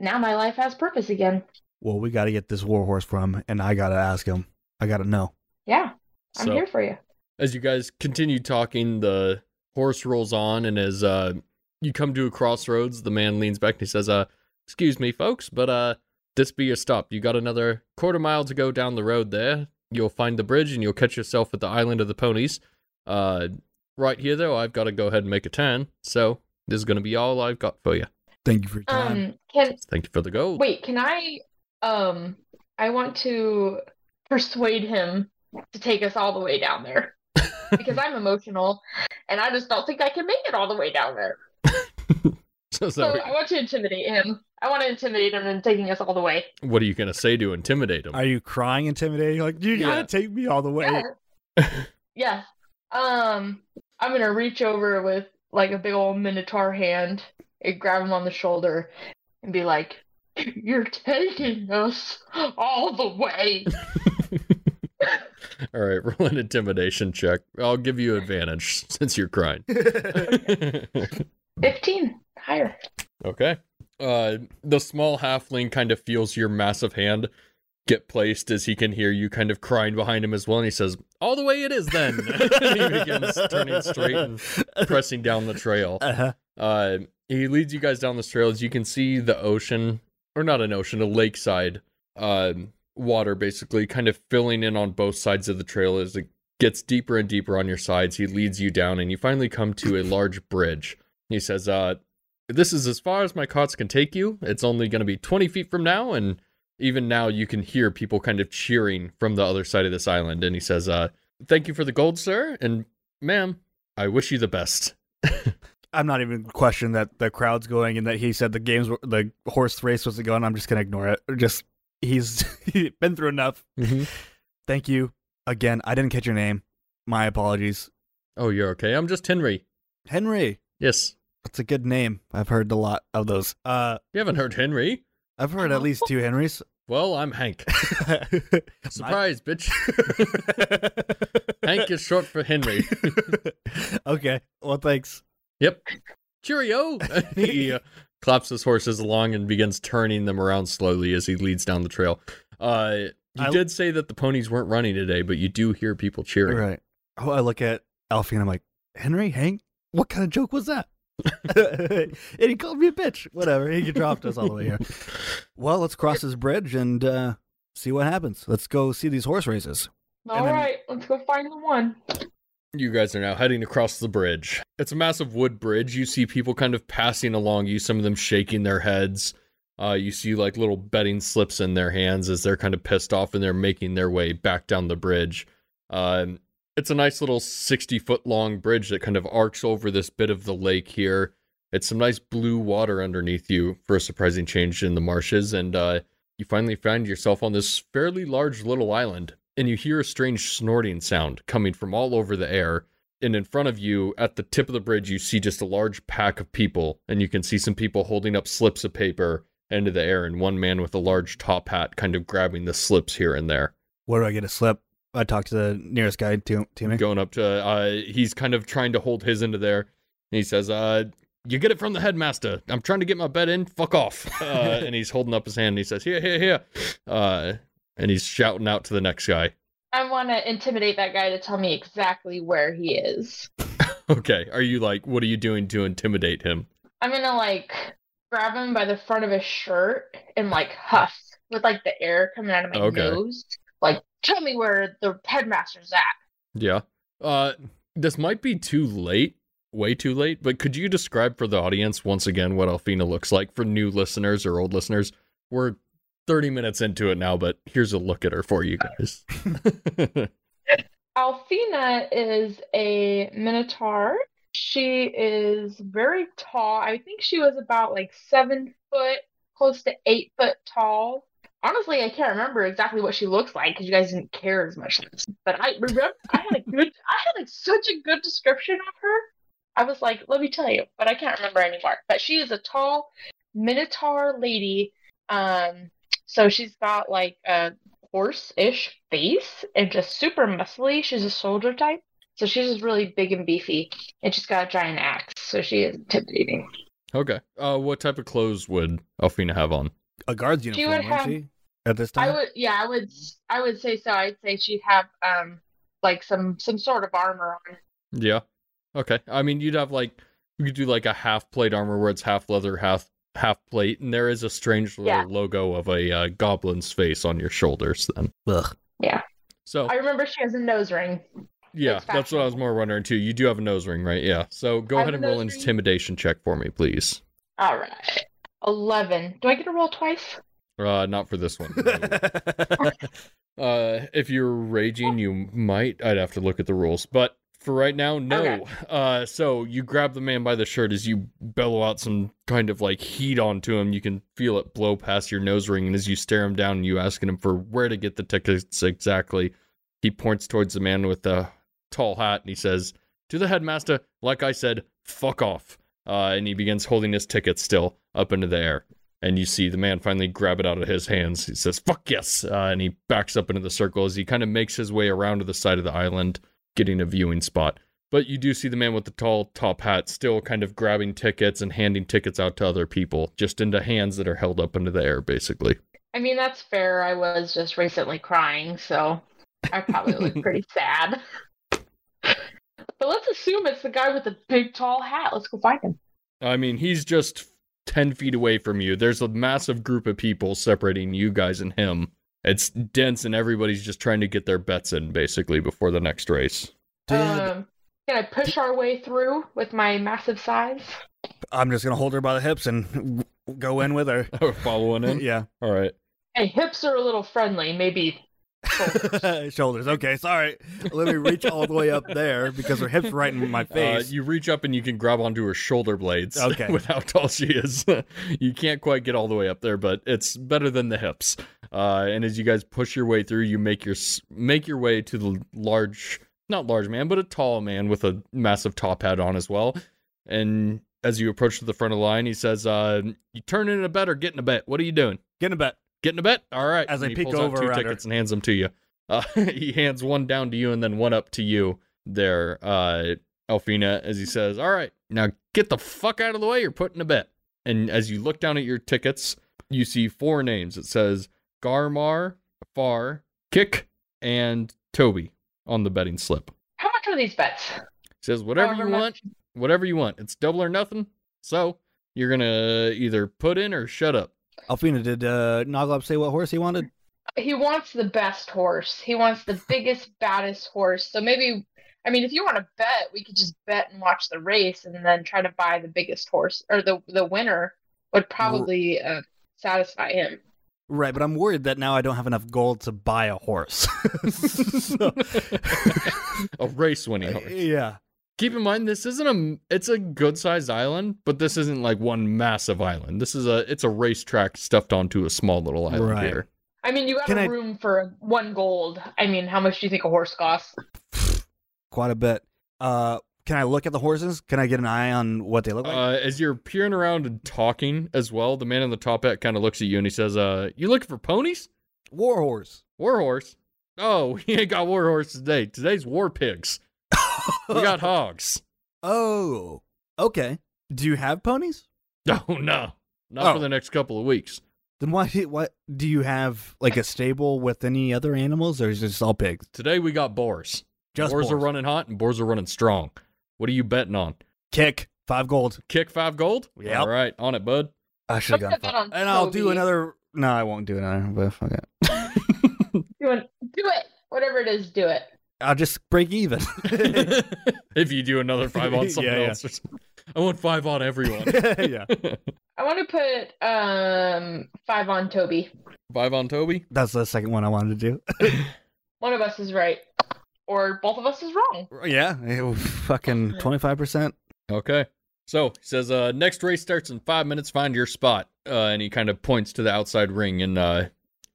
now my life has purpose again. Well, we got to get this war horse from, him, and I got to ask him. I got to know. Yeah, I'm so here for you. as you guys continue talking, the horse rolls on, and as uh, you come to a crossroads, the man leans back and he says, "Uh, excuse me, folks, but uh, this be your stop. You got another quarter mile to go down the road. There, you'll find the bridge, and you'll catch yourself at the island of the ponies. Uh, right here, though, I've got to go ahead and make a turn. So this is gonna be all I've got for you. Thank you for your time. Um, can Thank you for the gold. Wait, can I? Um, I want to persuade him to take us all the way down there because I'm emotional, and I just don't think I can make it all the way down there. so, So so I want to intimidate him. I want to intimidate him and taking us all the way. what are you gonna say to intimidate him? Are you crying, intimidating? Like you got to Yeah. take me all the way. Yeah. yes. Um, I'm gonna reach over with like a big old minotaur hand and grab him on the shoulder and be like, "You're taking us all the way." all right, roll an intimidation check. I'll give you advantage since you're crying. Fifteen higher. Okay. Uh, the small halfling kind of feels your massive hand get placed as he can hear you kind of crying behind him as well, and he says, "All the way it is then." And he begins turning straight and pressing down the trail. Uh-huh. Uh, he leads you guys down this trail. As you can see, the ocean, or not an ocean, a lakeside um, water, basically, kind of filling in on both sides of the trail as it gets deeper and deeper on your sides. He leads you down, and you finally come to a large bridge. He says, uh, "This is as far as my carts can take you. It's only going to be twenty feet from now, and even now you can hear people kind of cheering from the other side of this island." And he says, uh, "Thank you for the gold, sir, and ma'am. I wish you the best." I'm not even questioning that the crowd's going and that he said the games were, the horse race wasn't going. I'm just gonna ignore it. Or Just he's been through enough. Thank you again. I didn't catch your name. My apologies, Oh, you're okay. I'm just Henry. Henry. Yes. That's a good name. I've heard a lot of those. Uh, You haven't heard Henry. I've heard at least two Henrys. Well, I'm Hank. Surprise, bitch. Hank is short for Henry. okay. Well, thanks. Cheerio. he uh, claps his horses along and begins turning them around slowly as he leads down the trail. Uh, you I- did say that the ponies weren't running today, but you do hear people All cheering. right. Oh, I look at Alfie and I'm like, Henry, Hank, what kind of joke was that? and he called me a bitch. Whatever. He dropped us all the way here. Well, let's cross this bridge and uh, see what happens. Let's go see these horse races. All then- right, let's go find the one. You guys are now heading across the bridge. It's a massive wood bridge. You see people kind of passing along you, some of them shaking their heads. Uh, you see like little betting slips in their hands as they're kind of pissed off and they're making their way back down the bridge. Um, it's a nice little 60 foot long bridge that kind of arcs over this bit of the lake here. It's some nice blue water underneath you for a surprising change in the marshes. And uh, you finally find yourself on this fairly large little island and you hear a strange snorting sound coming from all over the air. And in front of you, at the tip of the bridge, you see just a large pack of people, and you can see some people holding up slips of paper into the air, and one man with a large top hat kind of grabbing the slips here and there. Where do I get a slip? I talk to the nearest guy to, to me. Going up to, uh, he's kind of trying to hold his into there. And he says, uh, You get it from the headmaster. I'm trying to get my bet in. Fuck off. Uh, and he's holding up his hand and he says, Here, here, here. Uh, and he's shouting out to the next guy. I want to intimidate that guy to tell me exactly where he is. Okay. Are you like, what are you doing to intimidate him? I'm gonna like grab him by the front of his shirt and like huff with like the air coming out of my Okay. nose. Like, tell me where the headmaster's at. Yeah. Uh, this might be too late, way too late, but could you describe for the audience once again what Alfina looks like for new listeners or old listeners? We're 30 minutes into it now, but here's a look at her for you guys. Alfina is a minotaur. She is very tall. I think she was about like seven foot, close to eight foot tall. Honestly, I can't remember exactly what she looks like because you guys didn't care as much. But I remember I had a good, I had like such a good description of her. I was like, let me tell you, but I can't remember anymore. But she is a tall minotaur lady. Um, so she's got like a horse-ish face and just super muscly. She's a soldier type, so she's just really big and beefy, and she's got a giant axe, so she is intimidating. okay. Uh, what type of clothes would Alfina have on? A guard's would uniform, wouldn't have- she? At this I time? would, yeah, I would, I would say so. I'd say she'd have um like some some sort of armor on. Yeah. Okay. I mean, you'd have like, you could do like a half plate armor where it's half leather, half half plate, and there is a strange little Yeah. logo of a uh, goblin's face on your shoulders then. Ugh. So I remember she has a nose ring. Yeah, It's that's what I was more wondering too. You do have a nose ring, right? Yeah. So go I have ahead a and roll an nose ring. intimidation check for me, please. All right, eleven. Do I get to roll twice? Uh, not for this one. No. uh, if you're raging, you might. I'd have to look at the rules, but for right now, no. Okay. Uh, so you grab the man by the shirt as you bellow out some kind of like heat onto him. You can feel it blow past your nose ring, and as you stare him down, and you asking him for where to get the tickets exactly. He points towards the man with the tall hat, and he says, "To the headmaster, like I said, fuck off." Uh, and he begins holding his ticket still up into the air and you see the man finally grab it out of his hands. He says, "Fuck yes!" Uh, and he backs up into the circle as he kind of makes his way around to the side of the island, getting a viewing spot. But you do see the man with the tall top hat still kind of grabbing tickets and handing tickets out to other people, just into hands that are held up into the air, basically. I mean, that's fair. I was just recently crying, so I probably look pretty sad. But let's assume it's the guy with the big tall hat. Let's go find him. I mean, he's just ten feet away from you. There's a massive group of people separating you guys and him. It's dense, and everybody's just trying to get their bets in, basically, before the next race. Did- Um, can I push our way through with my massive size? I'm just going to hold her by the hips and w- go in with her. Following in, yeah. all right. Hey, hips are a little friendly, maybe. Shoulders. Okay, sorry. Let me reach all the way up there because her hips right in my Uh, face. you reach up and you can grab onto her shoulder blades. Okay. with how tall she is, you can't quite get all the way up there, but it's better than the hips. Uh, and as you guys push your way through, you make your s- make your way to the large, not large man, but a tall man with a massive top hat on as well. And as you approach to the front of the line, he says, uh, "You turning in a bet or getting a bet? What are you doing?" Get in a bet. Getting a bet? All right. As I And he peek pulls out over two around her. tickets and hands them to you. Uh, he hands one down to you and then one up to you there, uh, Alfina, as he says, All right, now get the fuck out of the way. You're putting a bet. And as you look down at your tickets, you see four names. It says Garmar, Far, Kick, and Toby on the betting slip. How much are these bets? It says, Whatever However you much- want, whatever you want. It's double or nothing. So you're going to either put in or shut up. Alfina, did uh, Noglop say what horse he wanted? He wants the best horse. He wants the biggest, baddest horse. So maybe, I mean, if you want to bet, we could just bet and watch the race, and then try to buy the biggest horse or the the winner would probably uh, satisfy him. Right, but I'm worried that now I don't have enough gold to buy a horse. So- a race winning horse. yeah. Keep in mind this isn't a it's a good sized island, but this isn't like one massive island. This is a it's a racetrack stuffed onto a small little island Right. here. I mean, you got Can a I- room for one gold. I mean, how much do you think a horse costs? Quite a bit. Uh can I look at the horses? Can I get an eye on what they look like? Uh, as you're peering around and talking as well, the man in the top hat kind of looks at you and he says, "Uh, you looking for ponies? War horse. War horse? Oh, we ain't got war horse today. Today's war pigs. We got hogs. Oh. Okay. Do you have ponies? No, no, not for Oh. the next couple of weeks. Then why why do you have like a stable with any other animals or is it just all pigs? Today we got boars. Just boars are boars. running hot and boars are running strong. What are you betting on? kick. Five gold. Kick five gold? Yep. All right, on it, bud. I should have gone Let's put that five. on And I'll do Toby. another no, I won't do another, but fuck it. You want, do it. Whatever it is, do it. I'll just break even. if you do another five on someone Yeah, yeah. else, or something. I want five on everyone. yeah. I want to put um five on Toby. five on Toby. That's the second one I wanted to do. One of us is right, or both of us is wrong. Yeah, it was fucking twenty five percent. Okay. So he says, uh, next race starts in five minutes. Find your spot. Uh, and he kind of points to the outside ring and uh,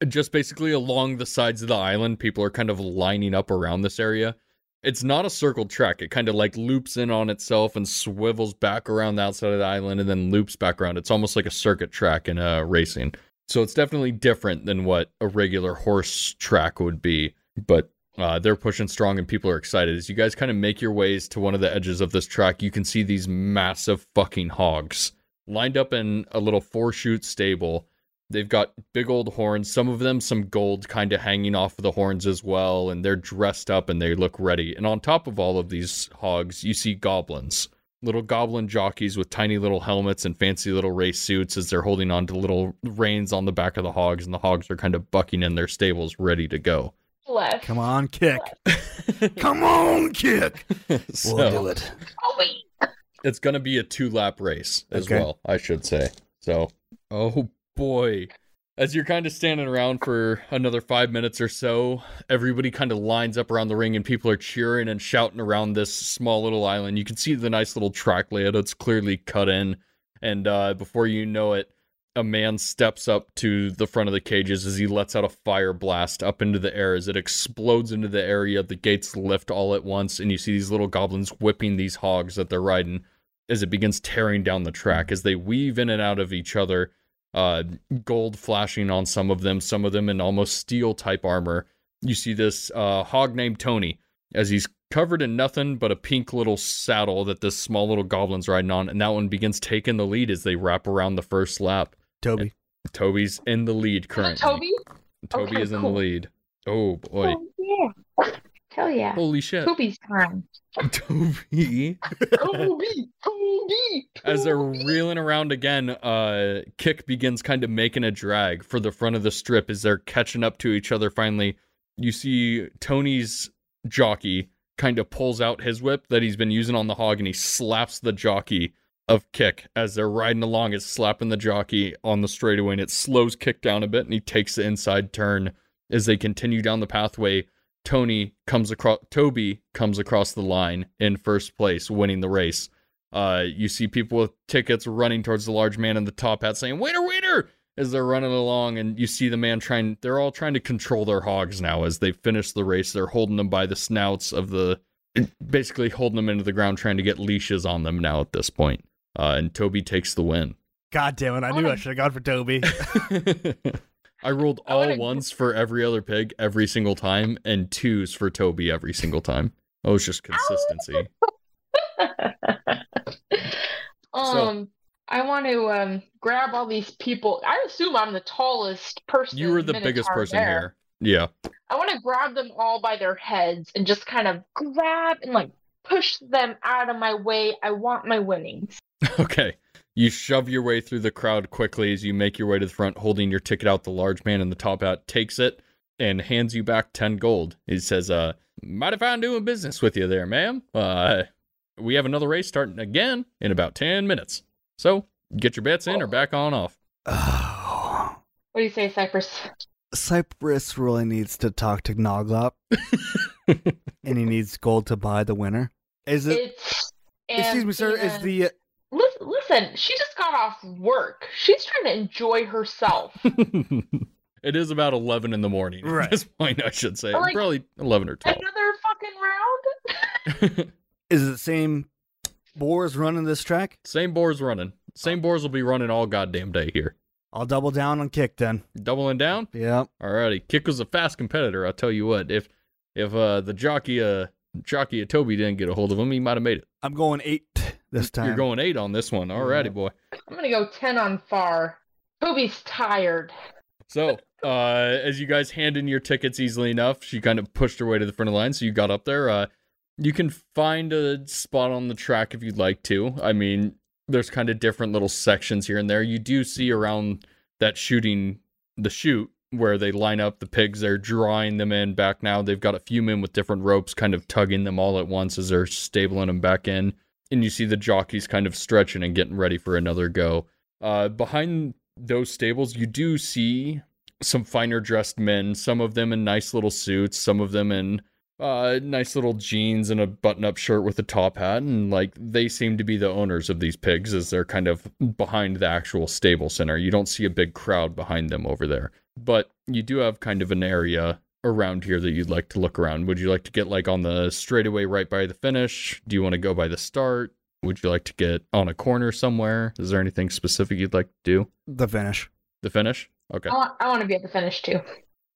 just basically along the sides of the island, people are kind of lining up around this area. It's not a circled track. It kind of like loops in on itself and swivels back around the outside of the island and then loops back around. It's almost like a circuit track in uh, racing. So it's definitely different than what a regular horse track would be. But uh, they're pushing strong and people are excited. As you guys kind of make your ways to one of the edges of this track, you can see these massive fucking hogs lined up in a little four shoot stable. They've got big old horns, some of them some gold kind of hanging off of the horns as well, and they're dressed up and they look ready. And on top of all of these hogs, you see goblins. Little goblin jockeys with tiny little helmets and fancy little race suits as they're holding on to little reins on the back of the hogs, and the hogs are kind of bucking in their stables ready to go. Left. Come on, kick. Come on, kick. So- We'll do it. Oh wait. it's gonna be a two lap race as Okay. well, I should say. So, oh boy, as you're kind of standing around for another five minutes or so, everybody kind of lines up around the ring and people are cheering and shouting around this small little island. You can see the nice little track layout; it's clearly cut in, and uh, before you know it. A man steps up to the front of the cages as he lets out a fire blast up into the air. As it explodes into the area, the gates lift all at once, and you see these little goblins whipping these hogs that they're riding as it begins tearing down the track as they weave in and out of each other uh gold flashing on some of them some of them in almost steel type armor you see this uh hog named tony as he's covered in nothing but a pink little saddle that this small little goblin's riding on and that one begins taking the lead as they wrap around the first lap Toby. toby's in the lead Is currently it Toby? Toby Okay, is in cool. the lead oh boy Oh, Oh, yeah. Hell yeah. holy shit Toby's time. toby Toby. Toby. as they're Toby. reeling around again uh kick begins kind of making a drag for the front of the strip as they're catching up to each other finally you see tony's jockey kind of pulls out his whip that he's been using on the hog and he slaps the jockey of kick as they're riding along it's slapping the jockey on the straightaway and it slows kick down a bit and he takes the inside turn as they continue down the pathway tony comes across toby comes across the line in first place winning the race uh, you see people with tickets running towards the large man in the top hat saying, Winner, winner! As they're running along, and you see the man trying, they're all trying to control their hogs now as they finish the race. They're holding them by the snouts of the, basically holding them into the ground, trying to get leashes on them now at this point. Uh, and Toby takes the win. God damn it! I knew I should have gone for Toby. I rolled I all wanna- ones for every other pig every single time, and twos for Toby every single time. Oh, it's just consistency. Um, I want to um grab all these people. I assume I'm the tallest person. You were the biggest Minotaur person there. here. Yeah. I want to grab them all by their heads and just kind of grab and like push them out of my way. I want my winnings. Okay. You shove your way through the crowd quickly as you make your way to the front, holding your ticket out. The large man in the top hat takes it and hands you back 10 gold. He says, uh, mighty fine doing business with you there, ma'am. Uh, we have another race starting again in about 10 minutes. So get your bets in or back on off. oh, What do you say, Cypress? Cypress really needs to talk to Noglop, and he needs gold to buy the winner. Is it? It's excuse me, sir. Is and- the Lis- listen? She just got off work. She's trying to enjoy herself. it is about 11 in the morning Right. at this point, I should say. Like- Probably 11 or 12. Another fucking round. is it the same boars running this track? Same boards running. Same boards will be running all goddamn day here. I'll double down on kick then. Doubling down? Yeah. Alrighty. Kick was a fast competitor, I'll tell you what. If if uh the jockey uh jockey at Toby didn't get a hold of him, he might have made it. I'm going eight this time. You're going eight on this one. Alrighty, Yeah. boy. I'm gonna go ten on far. Toby's tired. So, uh, as you guys hand in your tickets easily enough, she kind of pushed her way to the front of the line. So you got up there. Uh, you can find a spot on the track if you'd like to. I mean, there's kind of different little sections here and there. You do see around that shooting, the shoot where they line up the pigs. They're drawing them in back now. They've got a few men with different ropes, kind of tugging them all at once as they're stabling them back in. And you see the jockeys kind of stretching and getting ready for another go. Uh, behind those stables, you do see some finer dressed men, some of them in nice little suits, some of them in uh, nice little jeans and a button up shirt with a top hat. And like they seem to be the owners of these pigs as they're kind of behind the actual stable center. You don't see a big crowd behind them over there, but you do have kind of an area around here that you'd like to look around. Would you like to get like on the straightaway right by the finish? Do you want to go by the start? Would you like to get on a corner somewhere? Is there anything specific you'd like to do? the finish. The finish? Okay. I want, I want to be at the finish too.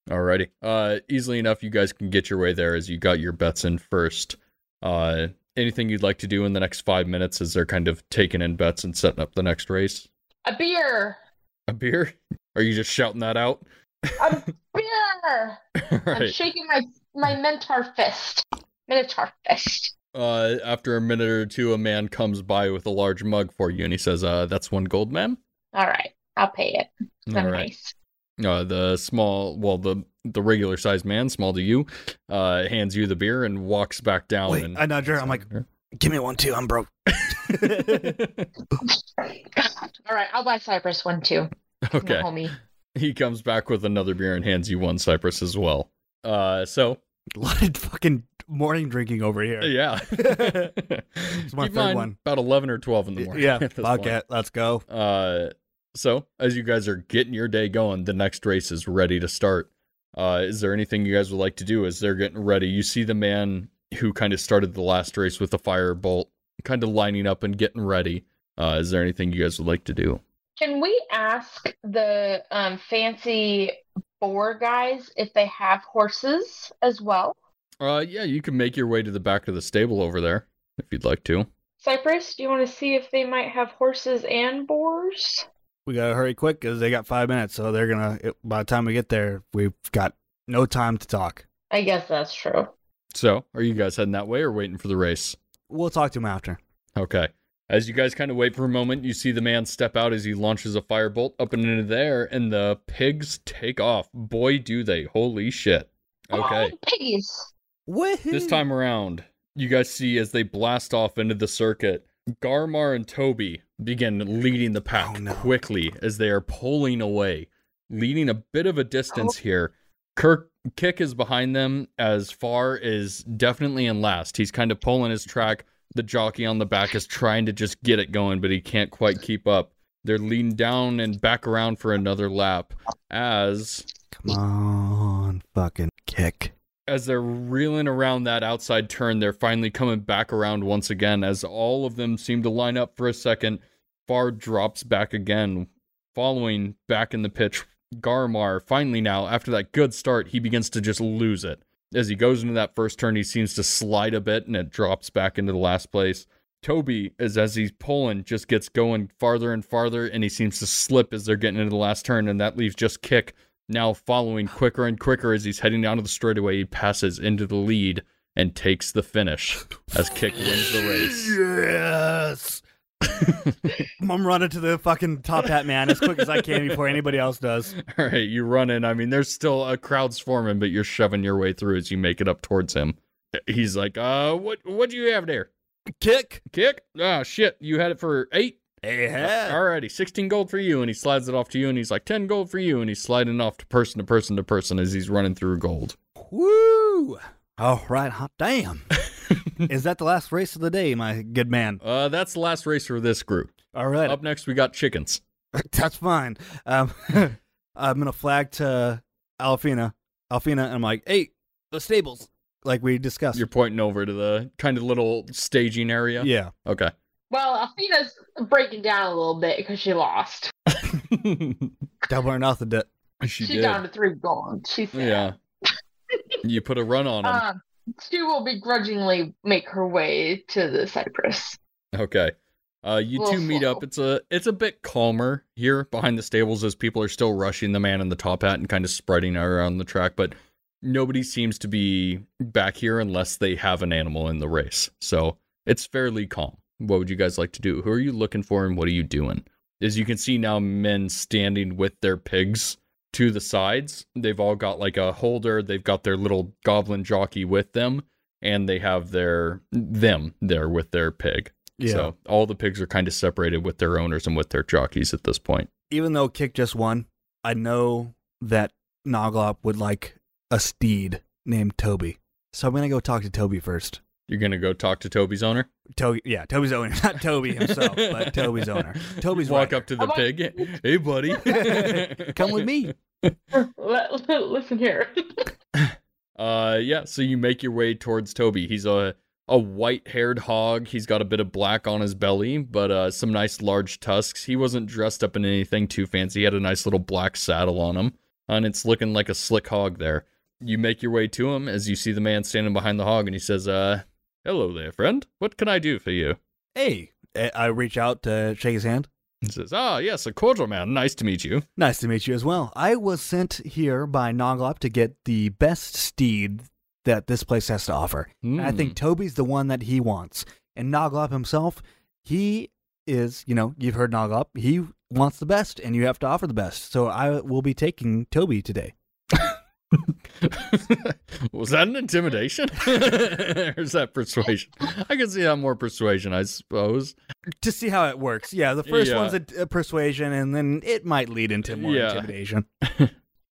Alrighty. Uh, easily enough, you guys can get your way there as you got your bets in first. Uh, anything you'd like to do in the next five minutes as they're kind of taking in bets and setting up the next race? A beer. A beer? Are you just shouting that out? A beer. All I'm right. shaking my my mentor fist. Minotaur fist. Uh, after a minute or two, a man comes by with a large mug for you, and he says, "Uh, that's one gold, ma'am." All right, I'll pay it. All I'm right. nice. Uh, the small, well, the the regular sized man, small to you, uh, hands you the beer and walks back down. Wait, and I nudge her. I'm like, give me one too. I'm broke. All right, I'll buy Cypress one too. He's my okay. homie. he comes back with another beer and hands you one cypress as well. Uh, so A lot of fucking morning drinking over here. yeah, It's my Keep in third mind, one. About eleven or twelve in the morning. Yeah. at this point. Fuck it. Let's go. Uh, so as you guys are getting your day going, the next race is ready to start. Uh, is there anything you guys would like to do as they're getting ready? You see the man who kind of started the last race with the firebolt, kind of lining up and getting ready. Uh, is there anything you guys would like to do? Can we ask the um, fancy boar guys if they have horses as well? Uh, yeah, you can make your way to the back of the stable over there if you'd like to. Cypress, do you want to see if they might have horses and boars? We gotta hurry quick because they got five minutes. So they're gonna. It, by the time we get there, we've got no time to talk. I guess that's true. So, are you guys heading that way or waiting for the race? We'll talk to him after. Okay. As you guys kind of wait for a moment, you see the man step out as he launches a firebolt up and into there, and the pigs take off. Boy, do they. Holy shit. Okay. Oh, piggies. What? This time around, you guys see as they blast off into the circuit, Garmar and Toby begin leading the pack Oh, no. quickly as they are pulling away, leading a bit of a distance here. Kirk Kick is behind them as far as definitely in last. He's kind of pulling his track. The jockey on the back is trying to just get it going, but he can't quite keep up. They're leading down and back around for another lap as Come on, fucking kick. as they're reeling around that outside turn, they're finally coming back around once again as all of them seem to line up for a second. Far drops back again, following back in the pitch. Garmar finally now, after that good start, he begins to just lose it. As he goes into that first turn, he seems to slide a bit and it drops back into the last place. Toby is as he's pulling, just gets going farther and farther, and he seems to slip as they're getting into the last turn, and that leaves just kick now following quicker and quicker as he's heading down to the straightaway. He passes into the lead and takes the finish as Kick wins the race. Yes. I'm running to the fucking top hat man as quick as I can before anybody else does. All right, you run in. I mean, there's still a crowd's forming, but you're shoving your way through as you make it up towards him. He's like, "Uh, what? What do you have there? Kick. Kick? Ah, shit! You had it for eight. Hey, yeah. Alrighty, 16 gold for you. And he slides it off to you and he's like, 10 gold for you. And he's sliding off to person to person to person as he's running through gold. Woo! All right, hot damn. Is that the last race of the day, my good man? Uh, that's the last race for this group. All right, Up next, we got chickens. that's fine. Um, I'm gonna flag to Alfina, Alfina, and I'm like, hey, the stables, like we discussed. You're pointing over to the kind of little staging area. yeah, Okay. Well, Athena's breaking down a little bit because she lost. double or nothing. To, she She's did. down to three gold. She's Yeah. you put a run on him. Um, she will begrudgingly make her way to the Cypress. Okay. Uh, you two Little meet slow. up. It's a it's a bit calmer here behind the stables as people are still rushing the man in the top hat and kind of spreading out around the track, but nobody seems to be back here unless they have an animal in the race. So it's fairly calm. What would you guys like to do? Who are you looking for and what are you doing? As you can see now, men standing with their pigs to the sides. They've all got like a holder, they've got their little goblin jockey with them, and they have their them there with their pig. yeah. So all the pigs are kind of separated with their owners and with their jockeys at this point. Even though Kick just won, I know that Noglop would like a steed named Toby. So I'm gonna go talk to Toby first. You're gonna go talk to Toby's owner. Toby, yeah, Toby's owner, not Toby himself, but Toby's owner. Toby's You walk rider. up to the I'm like- pig. Hey, buddy. Come with me. Let- Listen here. Uh, yeah. So you make your way towards Toby. He's a a white-haired hog. He's got a bit of black on his belly, but uh, some nice large tusks. He wasn't dressed up in anything too fancy. He had a nice little black saddle on him, and it's looking like a slick hog there. You make your way to him as you see the man standing behind the hog, and he says, "Uh, hello there, friend. What can I do for you?" Hey, eh, I I reach out to shake his hand. He says, Ah, yes, a cordial man. Nice to meet you. Nice to meet you as well. I was sent here by Noglop to get the best steed that this place has to offer. And I Hmm. think Toby's the one that he wants. And Noglop himself, he is, you know, you've heard Noglop, he wants the best and you have to offer the best. So I will be taking Toby today. was that an intimidation? or is that persuasion? I can see that more persuasion, I suppose. To see how it works. Yeah, the first Yeah. one's a, a persuasion and then it might lead into more Yeah. intimidation.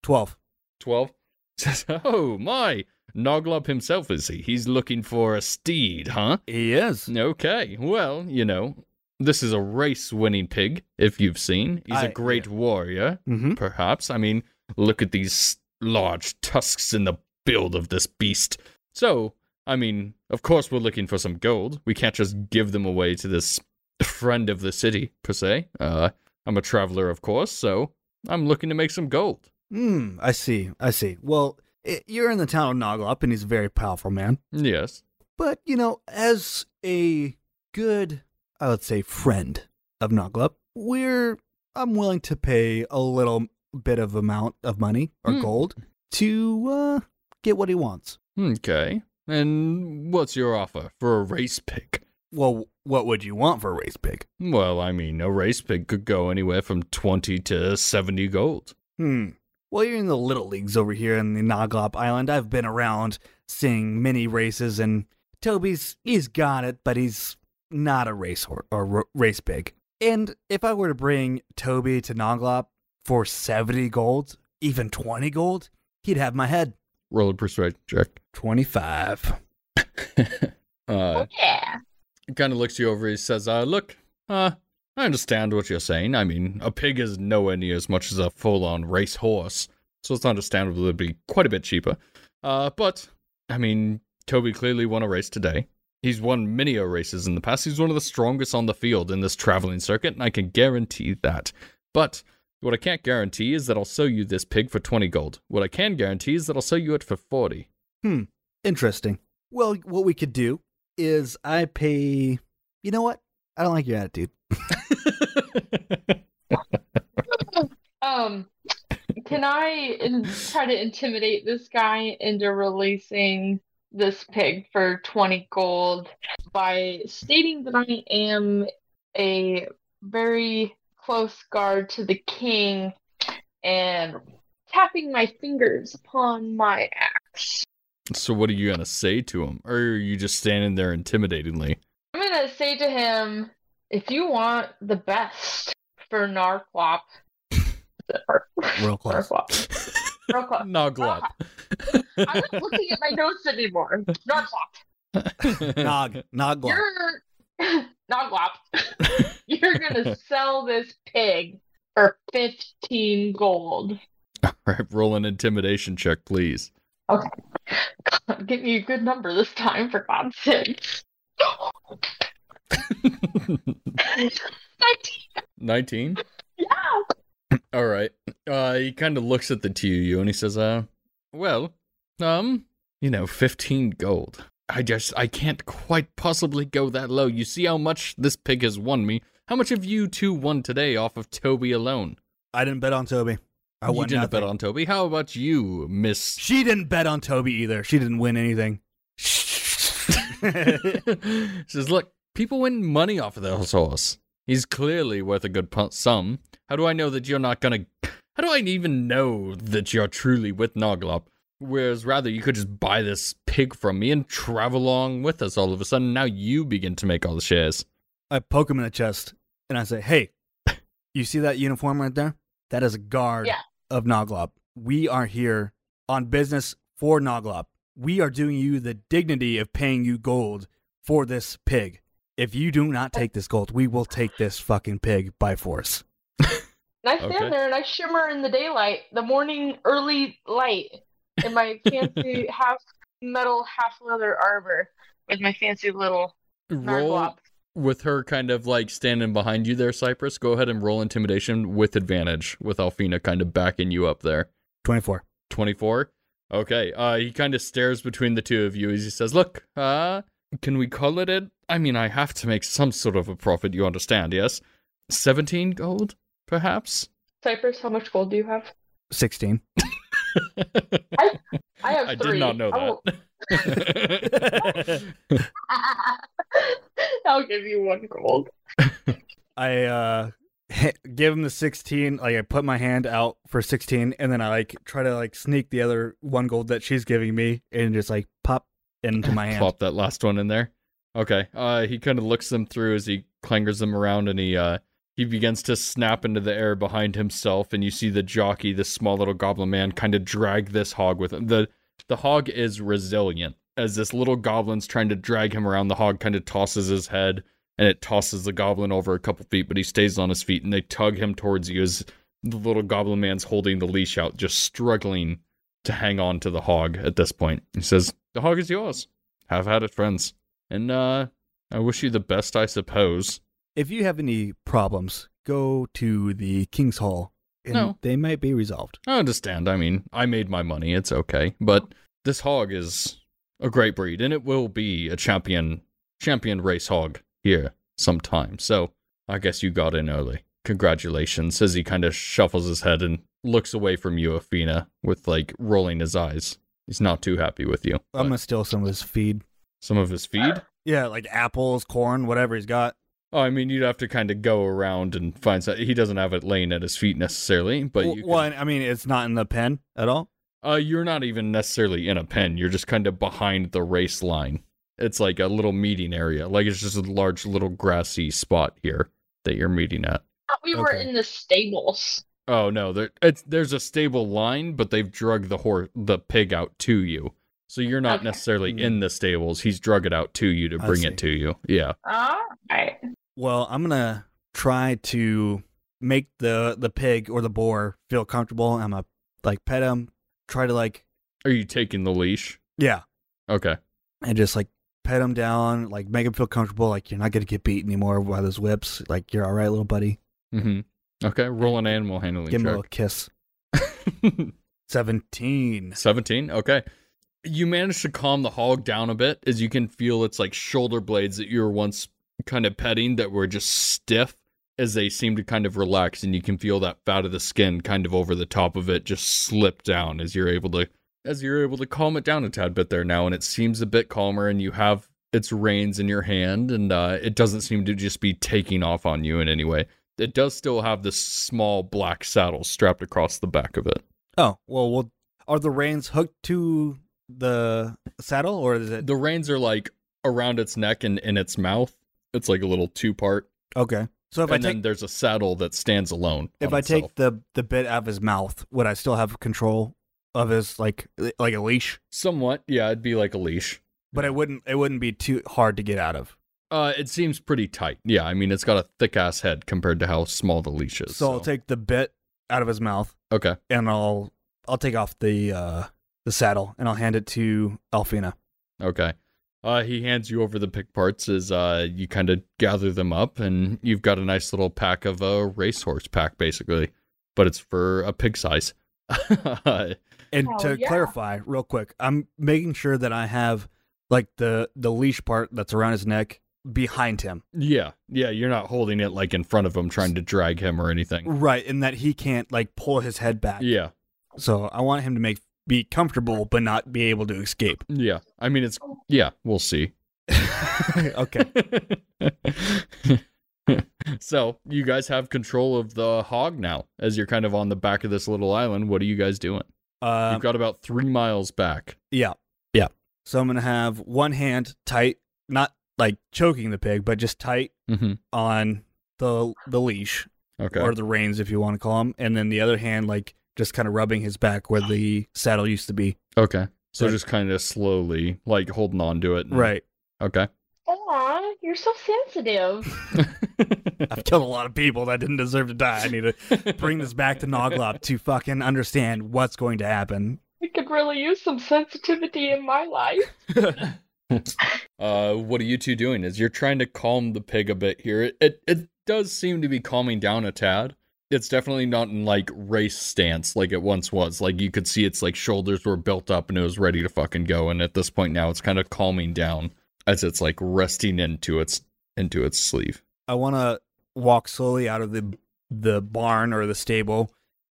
12. 12 says, Oh, my. Noglop himself, is he? He's looking for a steed, huh? He is. Okay. Well, you know, this is a race winning pig, if you've seen. He's a I- great warrior. Mm-hmm. perhaps. I mean, look at these large tusks in the build of this beast. So, I mean, of course, we're looking for some gold. We can't just give them away to this friend of the city, per se. Uh, I'm a traveler, of course, so I'm looking to make some gold. Hmm, I see. I see. Well, i you're in the town of Noglop, and he's a very powerful man. Yes. But, you know, as a good, I would say, friend of Noglop, we're, I'm willing to pay a little bit of amount of money or Hmm. gold to uh, get what he wants. Okay. And what's your offer for a race pig? Well, what would you want for a race pig? Well, I mean, a race pig could go anywhere from 20 to 70 gold. Hmm. Well, you're in the little leagues over here in the Noglop Island. I've been around seeing many races, and Toby's he's got it, but he's not a race or, or r- race big. And if I were to bring Toby to Noglop for seventy gold, even twenty gold, he'd have my head. Roll a persuasion check. Twenty five. Uh, Oh, yeah. kind of looks you over. He says, uh, "Look, uh, I understand what you're saying. I mean, a pig is nowhere near as much as a full-on race horse, so it's understandable it'd be quite a bit cheaper. Uh, but I mean, Toby clearly won a race today. He's won many a races in the past. He's one of the strongest on the field in this traveling circuit, and I can guarantee that. But what I can't guarantee is that I'll sell you this pig for twenty gold. What I can guarantee is that I'll sell you it for forty. Interesting. Well, what we could do is I pay. You know what? I don't like your attitude. Um, can I in- try to intimidate this guy into releasing this pig for 20 gold by stating that I am a very close guard to the king and tapping my fingers upon my axe? So what are you gonna say to him? Or are you just standing there intimidatingly? I'm gonna say to him, If you want the best for Narquap, Real close. Narquap, Narquap. Noglop. I'm not looking at my notes anymore. Narquap, Nog. Noglop. you're Narquap. You're gonna sell this pig for fifteen gold. Right, roll an intimidation check, please. Give me a good number this time, for God's sake. 19. 19? Yeah. All right. Uh, he kind of looks at the two of you and he says, "Uh, well, um, you know, fifteen gold. I just I can't quite possibly go that low. You see how much this pig has won me. How much have you two won today off of Toby alone? I didn't bet on Toby. I you won didn't bet nothing. on Toby. How about you, Miss? She didn't bet on Toby either. She didn't win anything. She says, look, people win money off of this horse. He's clearly worth a good pu- sum. How do I know that you're not gonna? How do I even know that you're truly with Noglop? Whereas rather you could just buy this pig from me and travel along with us all of a sudden. Now you begin to make all the shares. I poke him in the chest and I say, Hey, you see that uniform right there? That is a guard Yeah. of Noglop. We are here on business for Noglop. We are doing you the dignity of paying you gold for this pig. If you do not take this gold, we will take this fucking pig by force. And I stand Okay. there and I shimmer in the daylight, the morning early light, in my fancy half metal, half leather armor with my fancy little Roll narwhal. with her kind of like standing behind you there, Cypress. Go ahead and roll intimidation with advantage, with Alfina kind of backing you up there. 24. 24 okay uh he kind of stares between the two of you as he says look uh can we call it it i mean i have to make some sort of a profit you understand yes 17 gold perhaps Cypress, how much gold do you have? 16. I have i did three. not know I will- that I'll give you one gold. I uh give him the 16 like I put my hand out for 16 and then I like try to like sneak the other one gold that she's giving me and just like pop into my hand. plop that last one in there okay uh he kind of looks them through as he clangers them around and he uh he begins to snap into the air behind himself and you see the jockey this small little goblin man kind of drag this hog with him the the hog is resilient as this little goblin's trying to drag him around the hog kind of tosses his head and it tosses the goblin over a couple feet but he stays on his feet and they tug him towards you as the little goblin man's holding the leash out just struggling to hang on to the hog at this point he says the hog is yours have had it friends and uh i wish you the best i suppose If you have any problems, go to the King's Hall and No. they might be resolved. i understand i mean i made my money it's okay but this hog is a great breed and it will be a champion champion race hog here sometime so i guess you got in early congratulations as he kind of shuffles his head and looks away from you athena with like rolling his eyes he's not too happy with you I'm going But to steal some of his feed. some of his feed Yeah, like apples, corn, whatever he's got. Oh, I mean, you'd have to kind of go around and find. some- He doesn't have it laying at his feet necessarily, but well, you could- well, and I mean, it's not in the pen at all. Uh, you're not even necessarily in a pen. You're just kind of behind the race line. It's like a little meeting area. Like it's just a large little grassy spot here that you're meeting at. Thought We were Okay. in the stables. Oh no, there it's there's a stable line, but they've drug the horse the pig out to you. So you're not Okay. necessarily Hmm. in the stables. He's drug it out to you to I bring see. it to you. Yeah. All right. Well, I'm going to try to make the the pig or the boar feel comfortable. I'm going to like pet him, try to like Are you taking the leash? yeah, Okay. and just like pet him down, like make him feel comfortable like you're not going to get beat anymore by those whips. Like you're all right, little buddy. Mm-hmm. Okay. Roll an animal handling Give him a check. little kiss. 17. 17 okay you manage to calm the hog down a bit as you can feel its like shoulder blades that you were once kind of petting that were just stiff as they seem to kind of relax and you can feel that fat of the skin kind of over the top of it just slip down as you're able to as you're able to calm it down a tad bit there now and it seems a bit calmer and you have its reins in your hand and uh, it doesn't seem to just be taking off on you in any way it does still have this small black saddle strapped across the back of it Oh, well, well, are the reins hooked to the saddle or is it? the reins are like around its neck and in its mouth. It's like a little two part Okay. So if and I then take there's a saddle that stands alone. if on I itself. take the the bit out of his mouth, would I still have control of his like like a leash? somewhat, yeah, it'd be like a leash. But it wouldn't it wouldn't be too hard to get out of. Uh, it seems pretty tight. Yeah, I mean, it's got a thick ass head compared to how small the leash So, is. I'll take the bit out of his mouth Okay. and I'll I'll take off the uh the saddle and I'll hand it to Alfina. Okay. Uh, he hands you over the pick parts as uh, you kind of gather them up, and you've got a nice little pack of a racehorse pack, basically, but it's for a pig size. Uh, And Hell to yeah. clarify real quick, I'm making sure that I have like the the leash part that's around his neck behind him. yeah, yeah, you're not holding it like in front of him, trying to drag him or anything. Right, and that he can't like pull his head back. Yeah, So I want him to make be comfortable but not be able to escape. yeah. I mean, it's yeah. We'll see. Oh. okay. so you guys have control of the hog now, as you're kind of on the back of this little island. What are you guys doing? Um, You've got about three miles back. yeah. Yeah. So I'm going to have one hand tight, not like choking the pig, but just tight Mm-hmm. on the the leash Okay. or the reins if you want to call them, and then the other hand like just kind of rubbing his back where the saddle used to be. Okay. So That- just kind of slowly, like holding on to it. and- Right. Okay. Aw, you're so sensitive. I've killed a lot of people that didn't deserve to die. I need to bring this back to Noglop to fucking understand what's going to happen. I could really use some sensitivity in my life. uh, what are you two doing? Is you're trying to calm the pig a bit here. It, it it does seem to be calming down a tad. It's definitely not in like race stance like it once was. Like you could see its like shoulders were built up and it was ready to fucking go. And at this point now, it's kind of calming down as it's like resting into its into its sleeve. I want to walk slowly out of the the barn or the stable,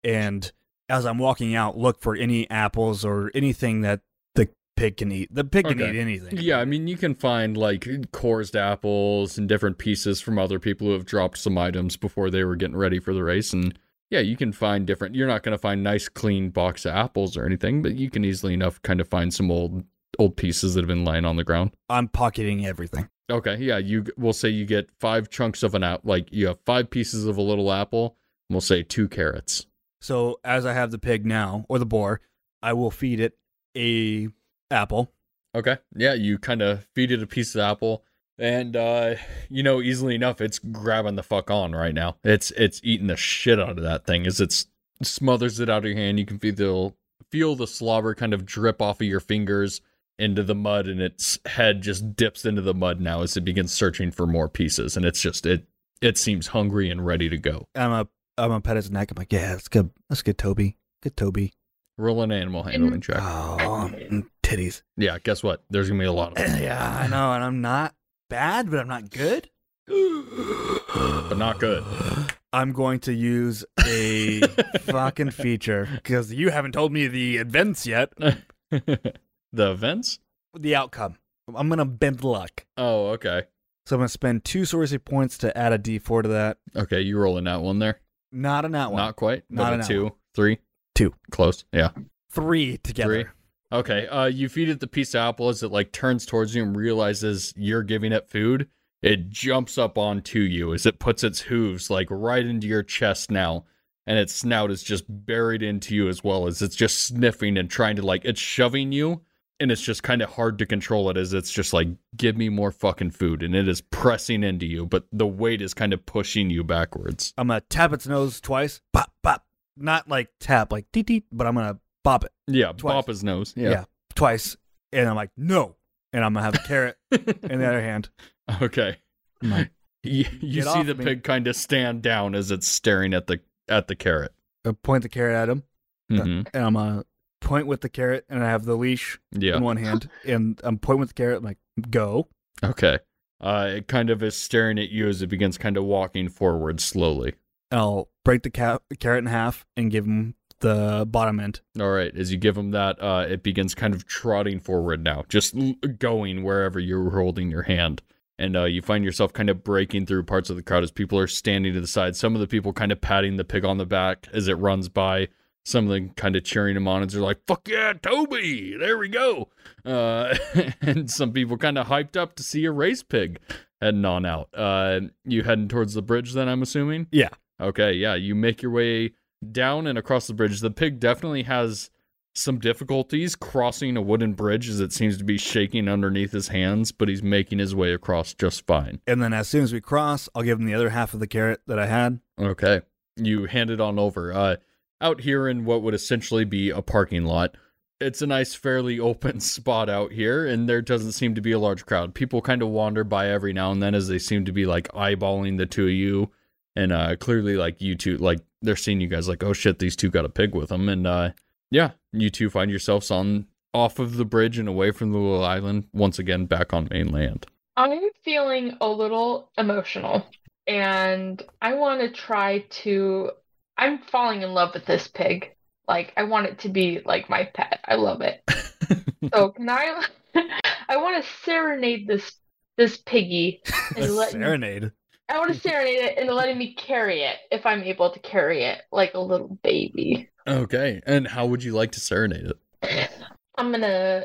and as I'm walking out, look for any apples or anything that the pig can eat. The pig can Okay. eat anything. Yeah, I mean, you can find like corzed apples and different pieces from other people who have dropped some items before they were getting ready for the race. And yeah, you can find different. You're not going to find nice, clean box of apples or anything, but you can easily enough kind of find some old old pieces that have been lying on the ground. I'm pocketing everything. Okay, yeah, you we'll say you get five chunks of an apple, like you have five pieces of a little apple. And we'll say two carrots. So as I have the pig now or the boar, I will feed it a apple. Okay. Yeah, you kind of feed it a piece of apple and uh you know easily enough it's grabbing the fuck on right now. It's it's eating the shit out of that thing as it's smothers it out of your hand. You can feel the feel the slobber kind of drip off of your fingers into the mud and its head just dips into the mud now as it begins searching for more pieces and it's just it it seems hungry and ready to go. I'm a I'm a pet his neck. I'm like, yeah, that's good. That's good, Toby. Good Toby. Roll an animal handling check. Oh, mm, titties. Yeah, guess what? There's going to be a lot of them, yeah, I know, and I'm not bad, but I'm not good. but not good. I'm going to use a fucking feature because you haven't told me the events yet. the events? The outcome. I'm gonna bend luck. Oh, okay. So I'm gonna spend two sorcery points to add a D4 to that. Okay, you rolling that one there. Not an out one. Not quite. Not but an a out two, three, Two. Close. Yeah. Three together. Three. Okay. Uh, you feed it the piece of apple as it like turns towards you and realizes you're giving it food. It jumps up onto you as it puts its hooves like right into your chest now, and its snout is just buried into you as well as it's just sniffing and trying to like it's shoving you, and it's just kind of hard to control it as it's just like give me more fucking food, and it is pressing into you, but the weight is kind of pushing you backwards. I'm gonna tap its nose twice. Pop, pop. Not like tap, like dee dee, but I'm gonna bop it Yeah, Twice. bop his nose. Yeah. Yeah. twice. And I'm like, no. And I'm gonna have a carrot in the other hand. Okay. I'm like, You, you Get see off the me. pig kind of stand down as it's staring at the at the carrot. I point the carrot at him, Mhm. and I'm gonna point with the carrot, and I have the leash Yeah. in one hand, and I'm pointing with the carrot, I'm like, go. Okay. Uh, it kind of is staring at you as it begins kind of walking forward slowly. And I'll break the ca- carrot in half and give him the bottom end. All right. As you give him that, uh, it begins kind of trotting forward now, just l- going wherever you're holding your hand. And uh, you find yourself kind of breaking through parts of the crowd as people are standing to the side. Some of the people kind of patting the pig on the back as it runs by. Some of them kind of cheering him on as they're like, fuck yeah, Toby, there we go. Uh, and some people kind of hyped up to see a race pig heading on out. Uh, you heading towards the bridge then, I'm assuming? Yeah. Okay, yeah. You make your way down and across the bridge. The pig definitely has some difficulties crossing a wooden bridge as it seems to be shaking underneath his hands, but he's making his way across just fine. And then as soon as we cross, I'll give him the other half of the carrot that I had. Okay. You hand it on over. Uh, out here in what would essentially be a parking lot, it's a nice, fairly open spot out here, and there doesn't seem to be a large crowd. People kind of wander by every now and then as they seem to be like eyeballing the two of you. And uh, clearly, like you two, like they're seeing you guys, like, oh shit, these two got a pig with them. And uh, yeah, you two find yourselves on off of the bridge and away from the little island, once again back on mainland. I'm feeling a little emotional and I want to try to. I'm falling in love with this pig. Like, I want it to be like my pet. I love it. so, can I? I want to serenade this this piggy and let me- Serenade. I want to serenade it and letting me carry it if I'm able to carry it like a little baby. Okay. And how would you like to serenade it? I'm gonna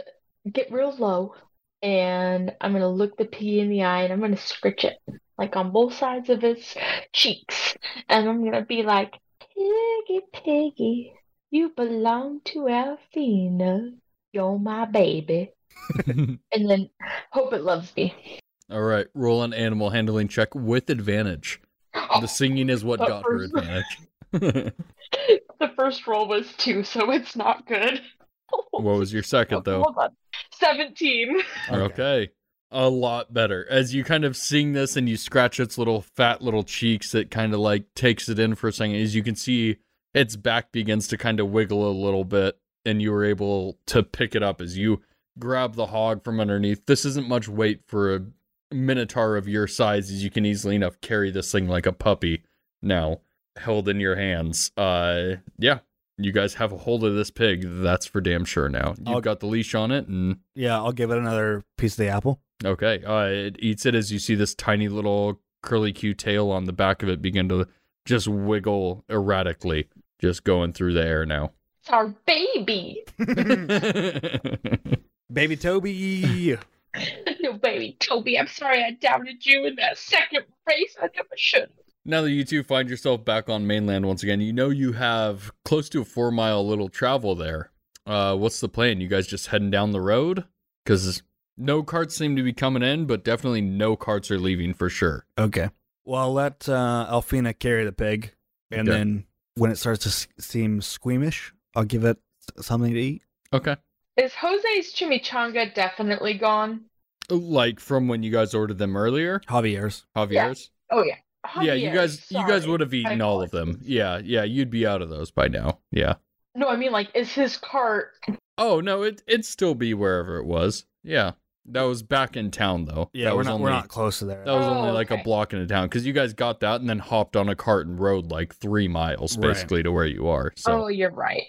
get real low and I'm gonna look the piggy in the eye and I'm gonna scritch it like on both sides of its cheeks. And I'm gonna be like, Piggy, piggy, you belong to Alfina. You're my baby. And then hope it loves me. All right, roll an animal handling check with advantage. The singing is what But got her Oh. first- advantage. the first roll was two, so it's not good. what was your second Okay, though? Hold on. 17. Okay. A lot better. As you kind of sing this and you scratch its little fat little cheeks, it kind of like takes it in for a second. As you can see, its back begins to kind of wiggle a little bit, and you were able to pick it up as you grab the hog from underneath. This isn't much weight for a minotaur of your size, as you can easily enough carry this thing like a puppy now, held in your hands. Uh, yeah. You guys have a hold of this pig. That's for damn sure now. You've I'll- got the leash on it and. Yeah, I'll give it another piece of the apple. Okay. Uh, it eats it as you see this tiny little curly Q tail on the back of it begin to just wiggle erratically, just going through the air now. It's our baby. Baby Toby. No, baby, Toby, I'm sorry I doubted you in that second race. I never should. now that you two find yourself back on mainland once again, you know you have close to a four mile little travel there. Uh, what's the plan? You guys just heading down the road? Because no carts seem to be coming in, but definitely no carts are leaving for sure. okay. Well, I'll let uh, Alfina carry the pig, and Okay. then when it starts to s- seem squeamish, I'll give it s- something to eat. Okay. Is Jose's chimichanga definitely gone? Like from when you guys ordered them earlier, Javier's. Javier's? Oh, yeah. yeah, you Javier, guys, you guys sorry. would have eaten I all of them. Yeah, yeah, you'd be out of those by now. Yeah. No, I mean, like, is his cart. Oh no, it it'd still be wherever it was. Yeah, that was back in town though. Yeah, that we're was not only, we're not close to there. That was Oh, only like a okay. block into town because you guys got that and then hopped on a cart and rode like three miles Right. basically to where you are. So, Oh, you're right.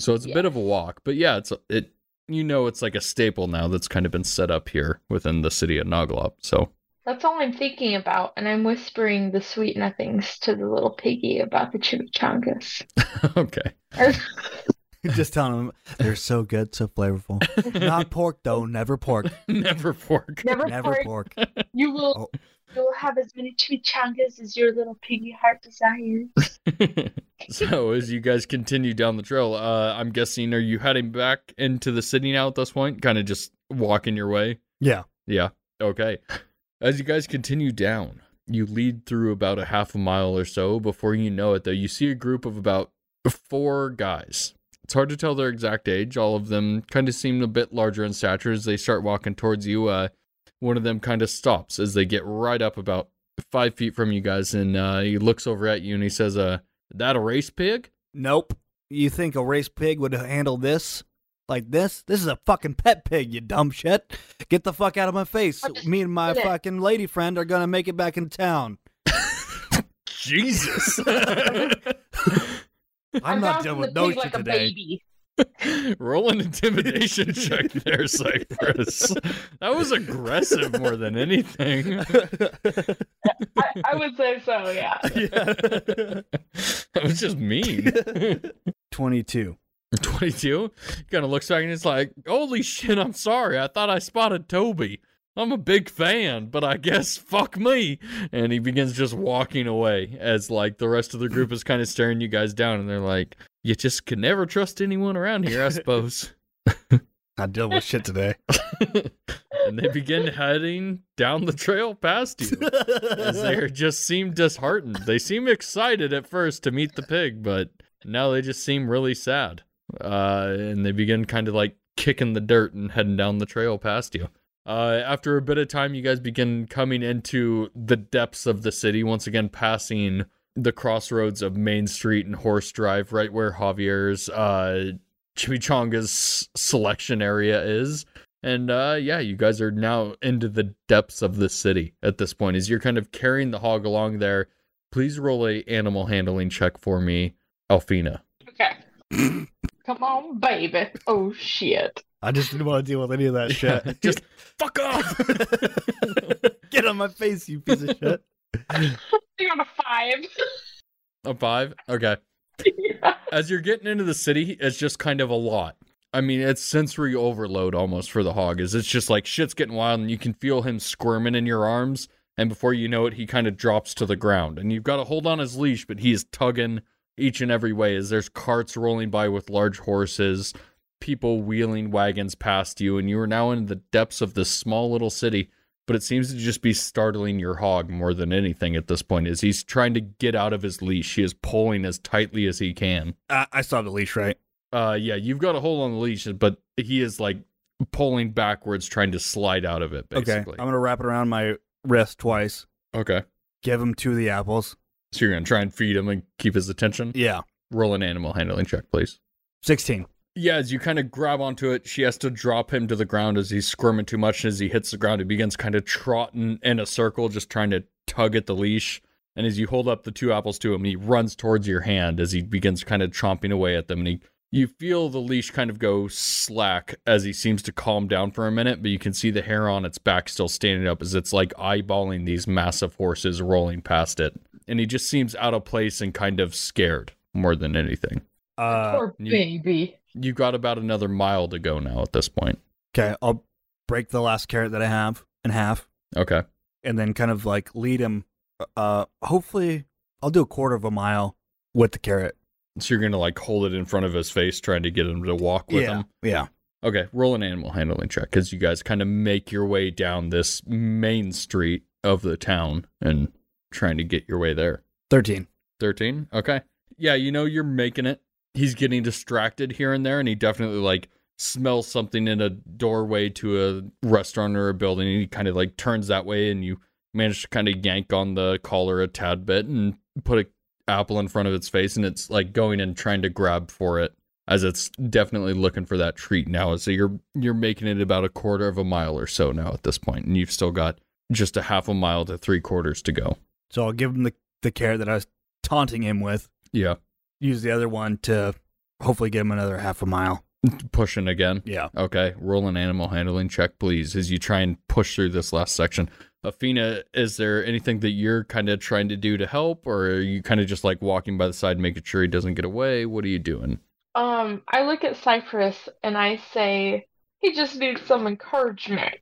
so it's a yeah. bit of a walk, but yeah, it's it. You know, it's like a staple now that's kind of been set up here within the city of Noglop. So That's all I'm thinking about, and I'm whispering the sweet nothings to the little piggy about the chimichangas. okay, Just telling him they're so good, so flavorful. not pork though. Never pork. never fork. Never, Never forget, pork. you will you'll have as many chimichangas as your little piggy heart desires. so as you guys continue down the trail uh i'm guessing are you heading back into the city now at this point kind of just walking your way Yeah. yeah okay as you guys continue down you lead through about a half a mile or so before you know it though you see a group of about four guys it's hard to tell their exact age all of them kind of seem a bit larger in stature as they start walking towards you uh one of them kind of stops as they get right up about five feet from you guys and uh he looks over at you and he says uh that a race pig? Nope. You think a race pig would handle this like this? This is a fucking pet pig, you dumb shit. Get the fuck out of my face. I just Me and my did it. fucking lady friend are gonna make it back in town. Jesus. I'm, not done with no shit today. baby. Roll an intimidation check there, Cypress. That was aggressive more than anything. I, I would say so, yeah. that was just mean. 22. 22 kind of looks back and it's like, holy shit, I'm sorry. I thought I spotted Toby. I'm a big fan, but I guess fuck me. And he begins just walking away as like the rest of the group is kind of staring you guys down and they're like, you just can never trust anyone around here, I suppose. I deal with shit today. and they begin heading down the trail past you as they just seem disheartened. They seem excited at first to meet the pig, but now they just seem really sad. Uh, and they begin kind of like kicking the dirt and heading down the trail past you. Uh, after a bit of time, you guys begin coming into the depths of the city, once again passing the crossroads of Main Street and Horse Drive, right where Javier's uh, Chimichanga's selection area is. And uh, yeah, you guys are now into the depths of the city at this point. As you're kind of carrying the hog along there, please roll a animal handling check for me, Alfina. Okay. Come on, baby. Oh shit. I just didn't want to deal with any of that shit. Just fuck off. get on my face, you piece of shit. You got a five. a five. Okay. As you're getting into the city, it's just kind of a lot. I mean, it's sensory overload almost for the hog. Is it's just like shit's getting wild, and you can feel him squirming in your arms, and before you know it, he kind of drops to the ground, and you've got to hold on his leash, but he is tugging each and every way as there's carts rolling by with large horses, people wheeling wagons past you, and you are now in the depths of this small little city. But it seems to just be startling your hog more than anything at this point. Is he's trying to get out of his leash? He is pulling as tightly as he can. I, I saw the leash, right? Uh, yeah, you've got a hold on the leash, but he is like pulling backwards, trying to slide out of it. Basically. Okay. I'm gonna wrap it around my wrist twice. Okay. Give him two of the apples. So you're gonna try and feed him and keep his attention. Yeah. Roll an animal handling check, please. Sixteen. Yeah, as you kind of grab onto it, she has to drop him to the ground as he's squirming too much. And as he hits the ground, he begins kind of trotting in a circle, just trying to tug at the leash. And as you hold up the two apples to him, he runs towards your hand as he begins kind of chomping away at them. And he, you feel the leash kind of go slack as he seems to calm down for a minute, but you can see the hair on its back still standing up as it's like eyeballing these massive horses rolling past it. And he just seems out of place and kind of scared more than anything. Uh, Poor you- baby. You got about another mile to go now at this point. okay, I'll break the last carrot that I have in half. Okay. and then kind of like lead him. Uh, hopefully, I'll do a quarter of a mile with the carrot. So you're gonna like hold it in front of his face, trying to get him to walk with yeah, him. yeah. Okay, roll an animal handling check because you guys kind of make your way down this main street of the town and trying to get your way there. Thirteen. 13 okay yeah you know you're making it he's getting distracted here and there and he definitely like smells something in a doorway to a restaurant or a building and he kind of like turns that way and you manage to kind of yank on the collar a tad bit and put a apple in front of its face and it's like going and trying to grab for it as it's definitely looking for that treat now so you're you're making it about a quarter of a mile or so now at this point and you've still got just a half a mile to three quarters to go So I'll give him the the carrot that I was taunting him with. yeah Use the other one to hopefully get him another half a mile. pushing again Yeah. Okay, roll an animal handling check, please, as you try and push through this last section. Afina, is there anything that you're kind of trying to do to help, or are you kind of just like walking by the side, making sure he doesn't get away? What are you doing? Um, I look at Cypress and I say, he just needs some encouragement.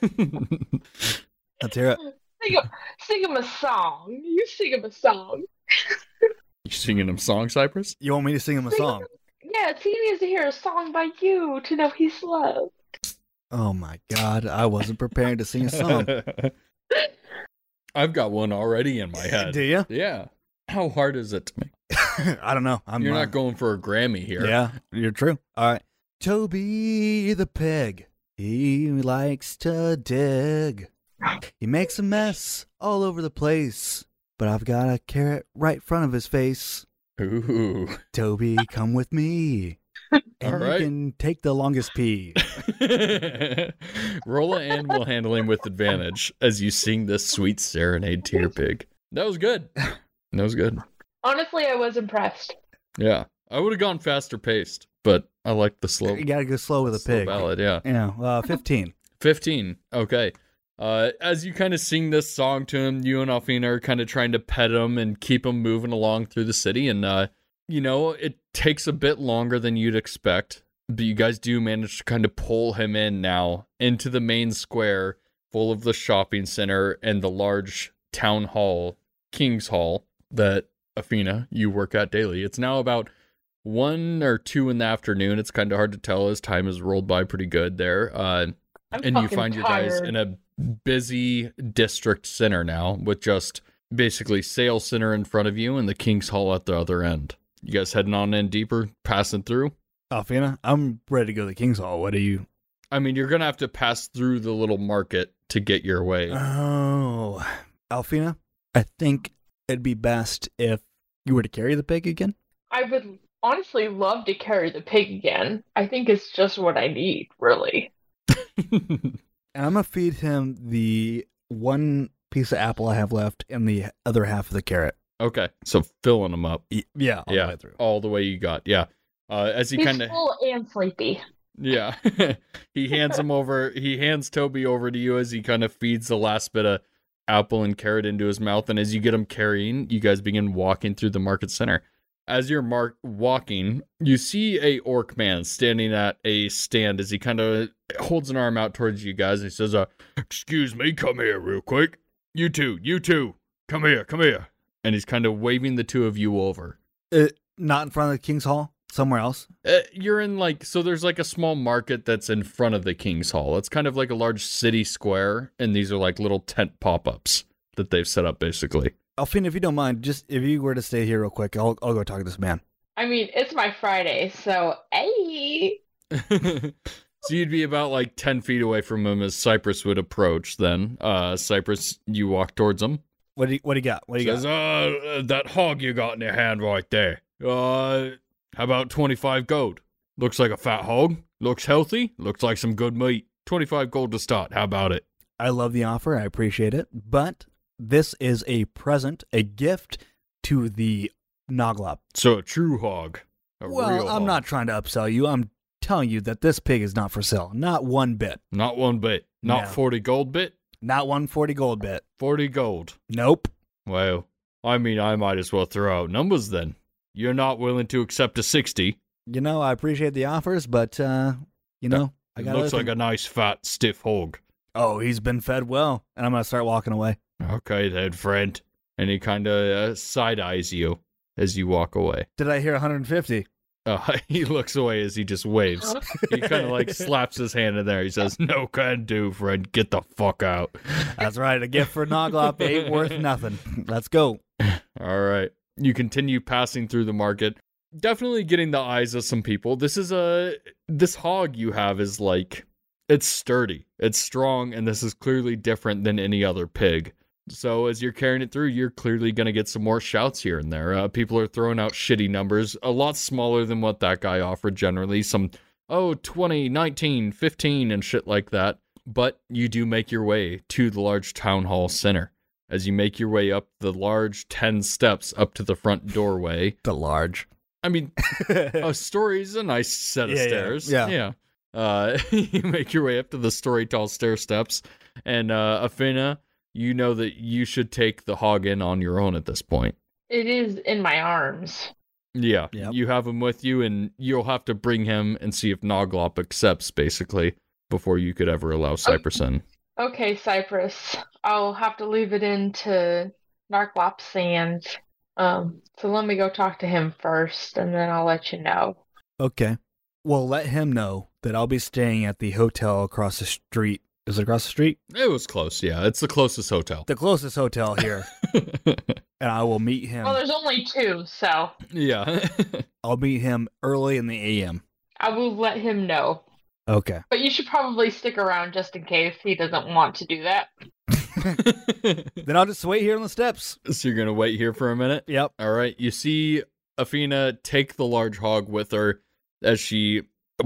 Let's hear it. Sing him, sing him a song. You sing him a song. you singing him song, Cypress? You want me to sing him a song? Yes, he needs to hear a song by you to know he's loved. Oh my god, I wasn't prepared to sing a song. I've got one already in my head. Do you? Yeah. How hard is it to make? I don't know. I'm You're uh, not going for a Grammy here. Yeah, you're true. All right. Toby the pig. He likes to dig. He makes a mess all over the place. But I've got a carrot right in front of his face. Ooh. Toby, come with me. And All right. you can take the longest pee. Roll an animal handling with advantage as you sing this sweet serenade to your pig. That was good. That was good. Honestly, I was impressed. Yeah. I would have gone faster paced, but I like the slow, You gotta go slow with a slow pig. ballad. Yeah. Yeah, uh, 15. 15. Okay. Uh, as you kind of sing this song to him, you and Alfina are kind of trying to pet him and keep him moving along through the city. And, uh, you know, it takes a bit longer than you'd expect, but you guys do manage to kind of pull him in now into the main square full of the shopping center and the large town hall, King's Hall, that Athena, you work at daily. It's now about one or two in the afternoon. It's kind of hard to tell as time has rolled by pretty good there. Uh, I'm and you fucking find your tired. guys in a busy district center now with just basically sales center in front of you and the King's Hall at the other end. You guys heading on in deeper, passing through? Alfina, I'm ready to go to the King's Hall. What are you? I mean, you're going to have to pass through the little market to get your way. Oh, Alfina, I think it'd be best if you were to carry the pig again. I would honestly love to carry the pig again. I think it's just what I need, really. And I'm gonna feed him the one piece of apple I have left and the other half of the carrot. okay. So filling them up Y- Yeah, all Yeah. the way through. all the way you got. Yeah. Uh, as he He's kind of full and sleepy. Yeah. he hands him over he hands Toby over to you as he kind of feeds the last bit of apple and carrot into his mouth and as you get him carrying, you guys begin walking through the market center. As you're mark walking, you see a orc man standing at a stand as he kind of holds an arm out towards you guys and he says, uh, "Excuse me, come here real quick. You two, you two, come here, come here." And he's kind of waving the two of you over. Uh, not in front of the King's Hall, somewhere else. Uh, you're in like so there's like a small market that's in front of the King's Hall. It's kind of like a large city square and these are like little tent pop-ups that they've set up basically. Alfina, if you don't mind, just if you were to stay here real quick, I'll I'll go talk to this man. I mean, it's my Friday, so hey. so you'd be about like 10 feet away from him as Cypress would approach then. Uh Cypress, you walk towards him. What do you, what do you got? What do you Says, got? "Uh, that hog you got in your hand right there. Uh how about 25 gold? Looks like a fat hog. Looks healthy. Looks like some good meat. 25 gold to start. How about it? I love the offer. I appreciate it, but this is a present, a gift to the Noglop. So a true hog. A Well, real I'm hog. not trying to upsell you. I'm telling you that this pig is not for sale. Not one bit. Not one bit. Not No. 40 gold bit. Not one forty gold bit. 40 gold. Nope. Well, I mean, I might as well throw out numbers then. You're not willing to accept a 60. You know, I appreciate the offers, but uh, you know, I It got looks other like a nice, fat, stiff hog. thing- Oh, he's been fed well, and I'm gonna start walking away. Okay then, friend. And he kind of uh, side eyes you as you walk away. Did I hear 150? Uh, he looks away as he just waves. He kind of like slaps his hand in there. He says, No can do, friend. Get the fuck out. That's right. A gift for Noglop ain't worth nothing. Let's go. All right. You continue passing through the market, definitely getting the eyes of some people. This is a this hog you have is like it's sturdy, it's strong, and this is clearly different than any other pig. So as you're carrying it through, you're clearly going to get some more shouts here and there. Uh, people are throwing out shitty numbers, a lot smaller than what that guy offered generally, some oh 20, 19, 15 and shit like that. But you do make your way to the large town hall center as you make your way up the large 10 steps up to the front doorway. The large. I mean, a story is a nice set of Yeah, yeah, stairs. yeah. Uh, you make your way up to the story tall stair steps. And uh, Afina, you know that you should take the hog in on your own at this point. It is in my arms. Yeah. Yep. You have him with you, and you'll have to bring him and see if Noglop accepts, basically, before you could ever Oh. allow Cypress in. Okay, Cypress. I'll have to leave it in to Narclop's hands. Um, so let me go talk to him first, and then I'll let you know. Okay. Well, let him know that I'll be staying at the hotel across the street. Is it across the street? It was close. Yeah. It's the closest hotel. The closest hotel here, and I will meet him. Well, Oh, there's only two, so yeah. I'll meet him early in the AM. I will let him know. Okay. But you should probably stick around just in case he doesn't want to do that. Then I'll just wait here on the steps. So you're gonna wait here for a minute. Yep. All right. You see Athena take the large hog with her as she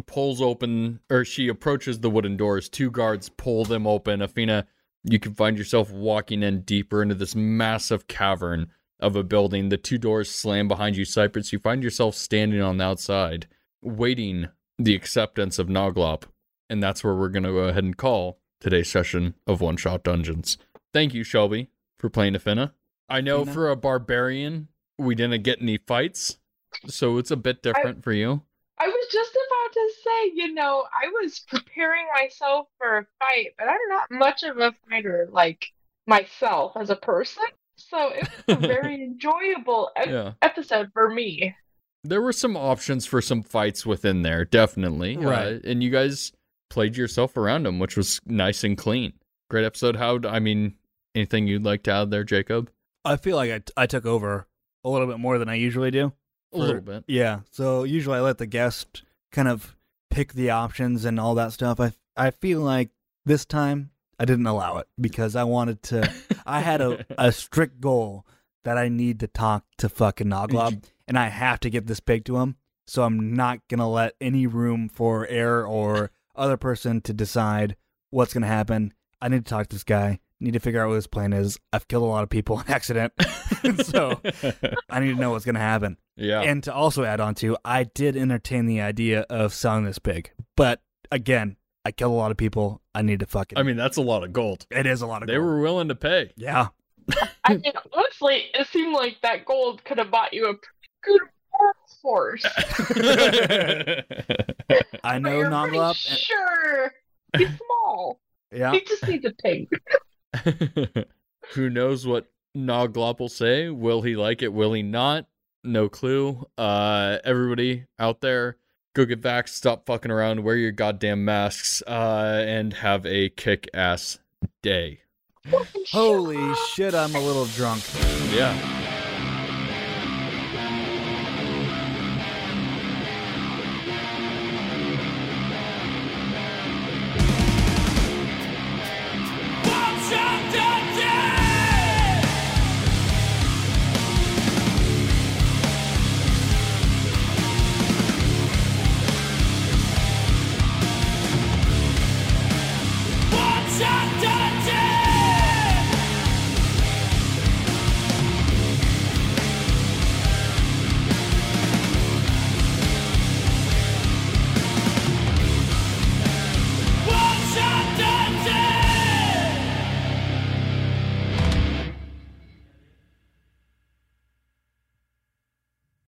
pulls open or she approaches the wooden doors. Two guards pull them open. Athena, you can find yourself walking in deeper into this massive cavern of a building. The two doors slam behind you, Cypress. You find yourself standing on the outside, waiting the acceptance of Noglop. And that's where we're gonna go ahead and call today's session of One Shot Dungeons. Thank you, Shelby, for playing Athena. I know Athena? for a barbarian, we didn't get any fights, so it's a bit different for you. I was was just about to say, you know, I was preparing myself for a fight, but I'm not much of a fighter, like myself as a person. So it was a very enjoyable e- Yeah. episode for me. There were some options for some fights within there, definitely. uh, Right. and you guys played yourself around them, which was nice and clean. Great episode. How, I mean, anything you'd like to add there, Jacob? I feel like I, t- I took over a little bit more than I usually do. A For- little bit. Yeah. So usually I let the guest kind of pick the options and all that stuff. I I feel like this time I didn't allow it because I wanted to. I had a, a strict goal that I need to talk to fucking Noglob and I have to get this pig to him. So I'm not gonna let any room for error or other person to decide what's gonna happen. I need to talk to this guy. Need to figure out what his plan is. I've killed a lot of people on accident, so I need to know what's gonna happen. yeah. And to also add on to, I did entertain the idea of selling this pig, but again, I killed a lot of people. I need to fucking. I mean, that's a lot of gold. it is a lot of. They gold. were willing to pay. Yeah. I mean, honestly, it seemed like that gold could have bought you a pretty good horse. I but know you're pretty Noglop. sure he's small. Yeah. He just needs a pig. Who knows what Noglop will say? Will he like it? Will he not? No clue. Uh, everybody out there, go get vaxxed, stop fucking around, wear your goddamn masks, uh, and have a kick ass day. Holy shit! I'm a little drunk. Yeah.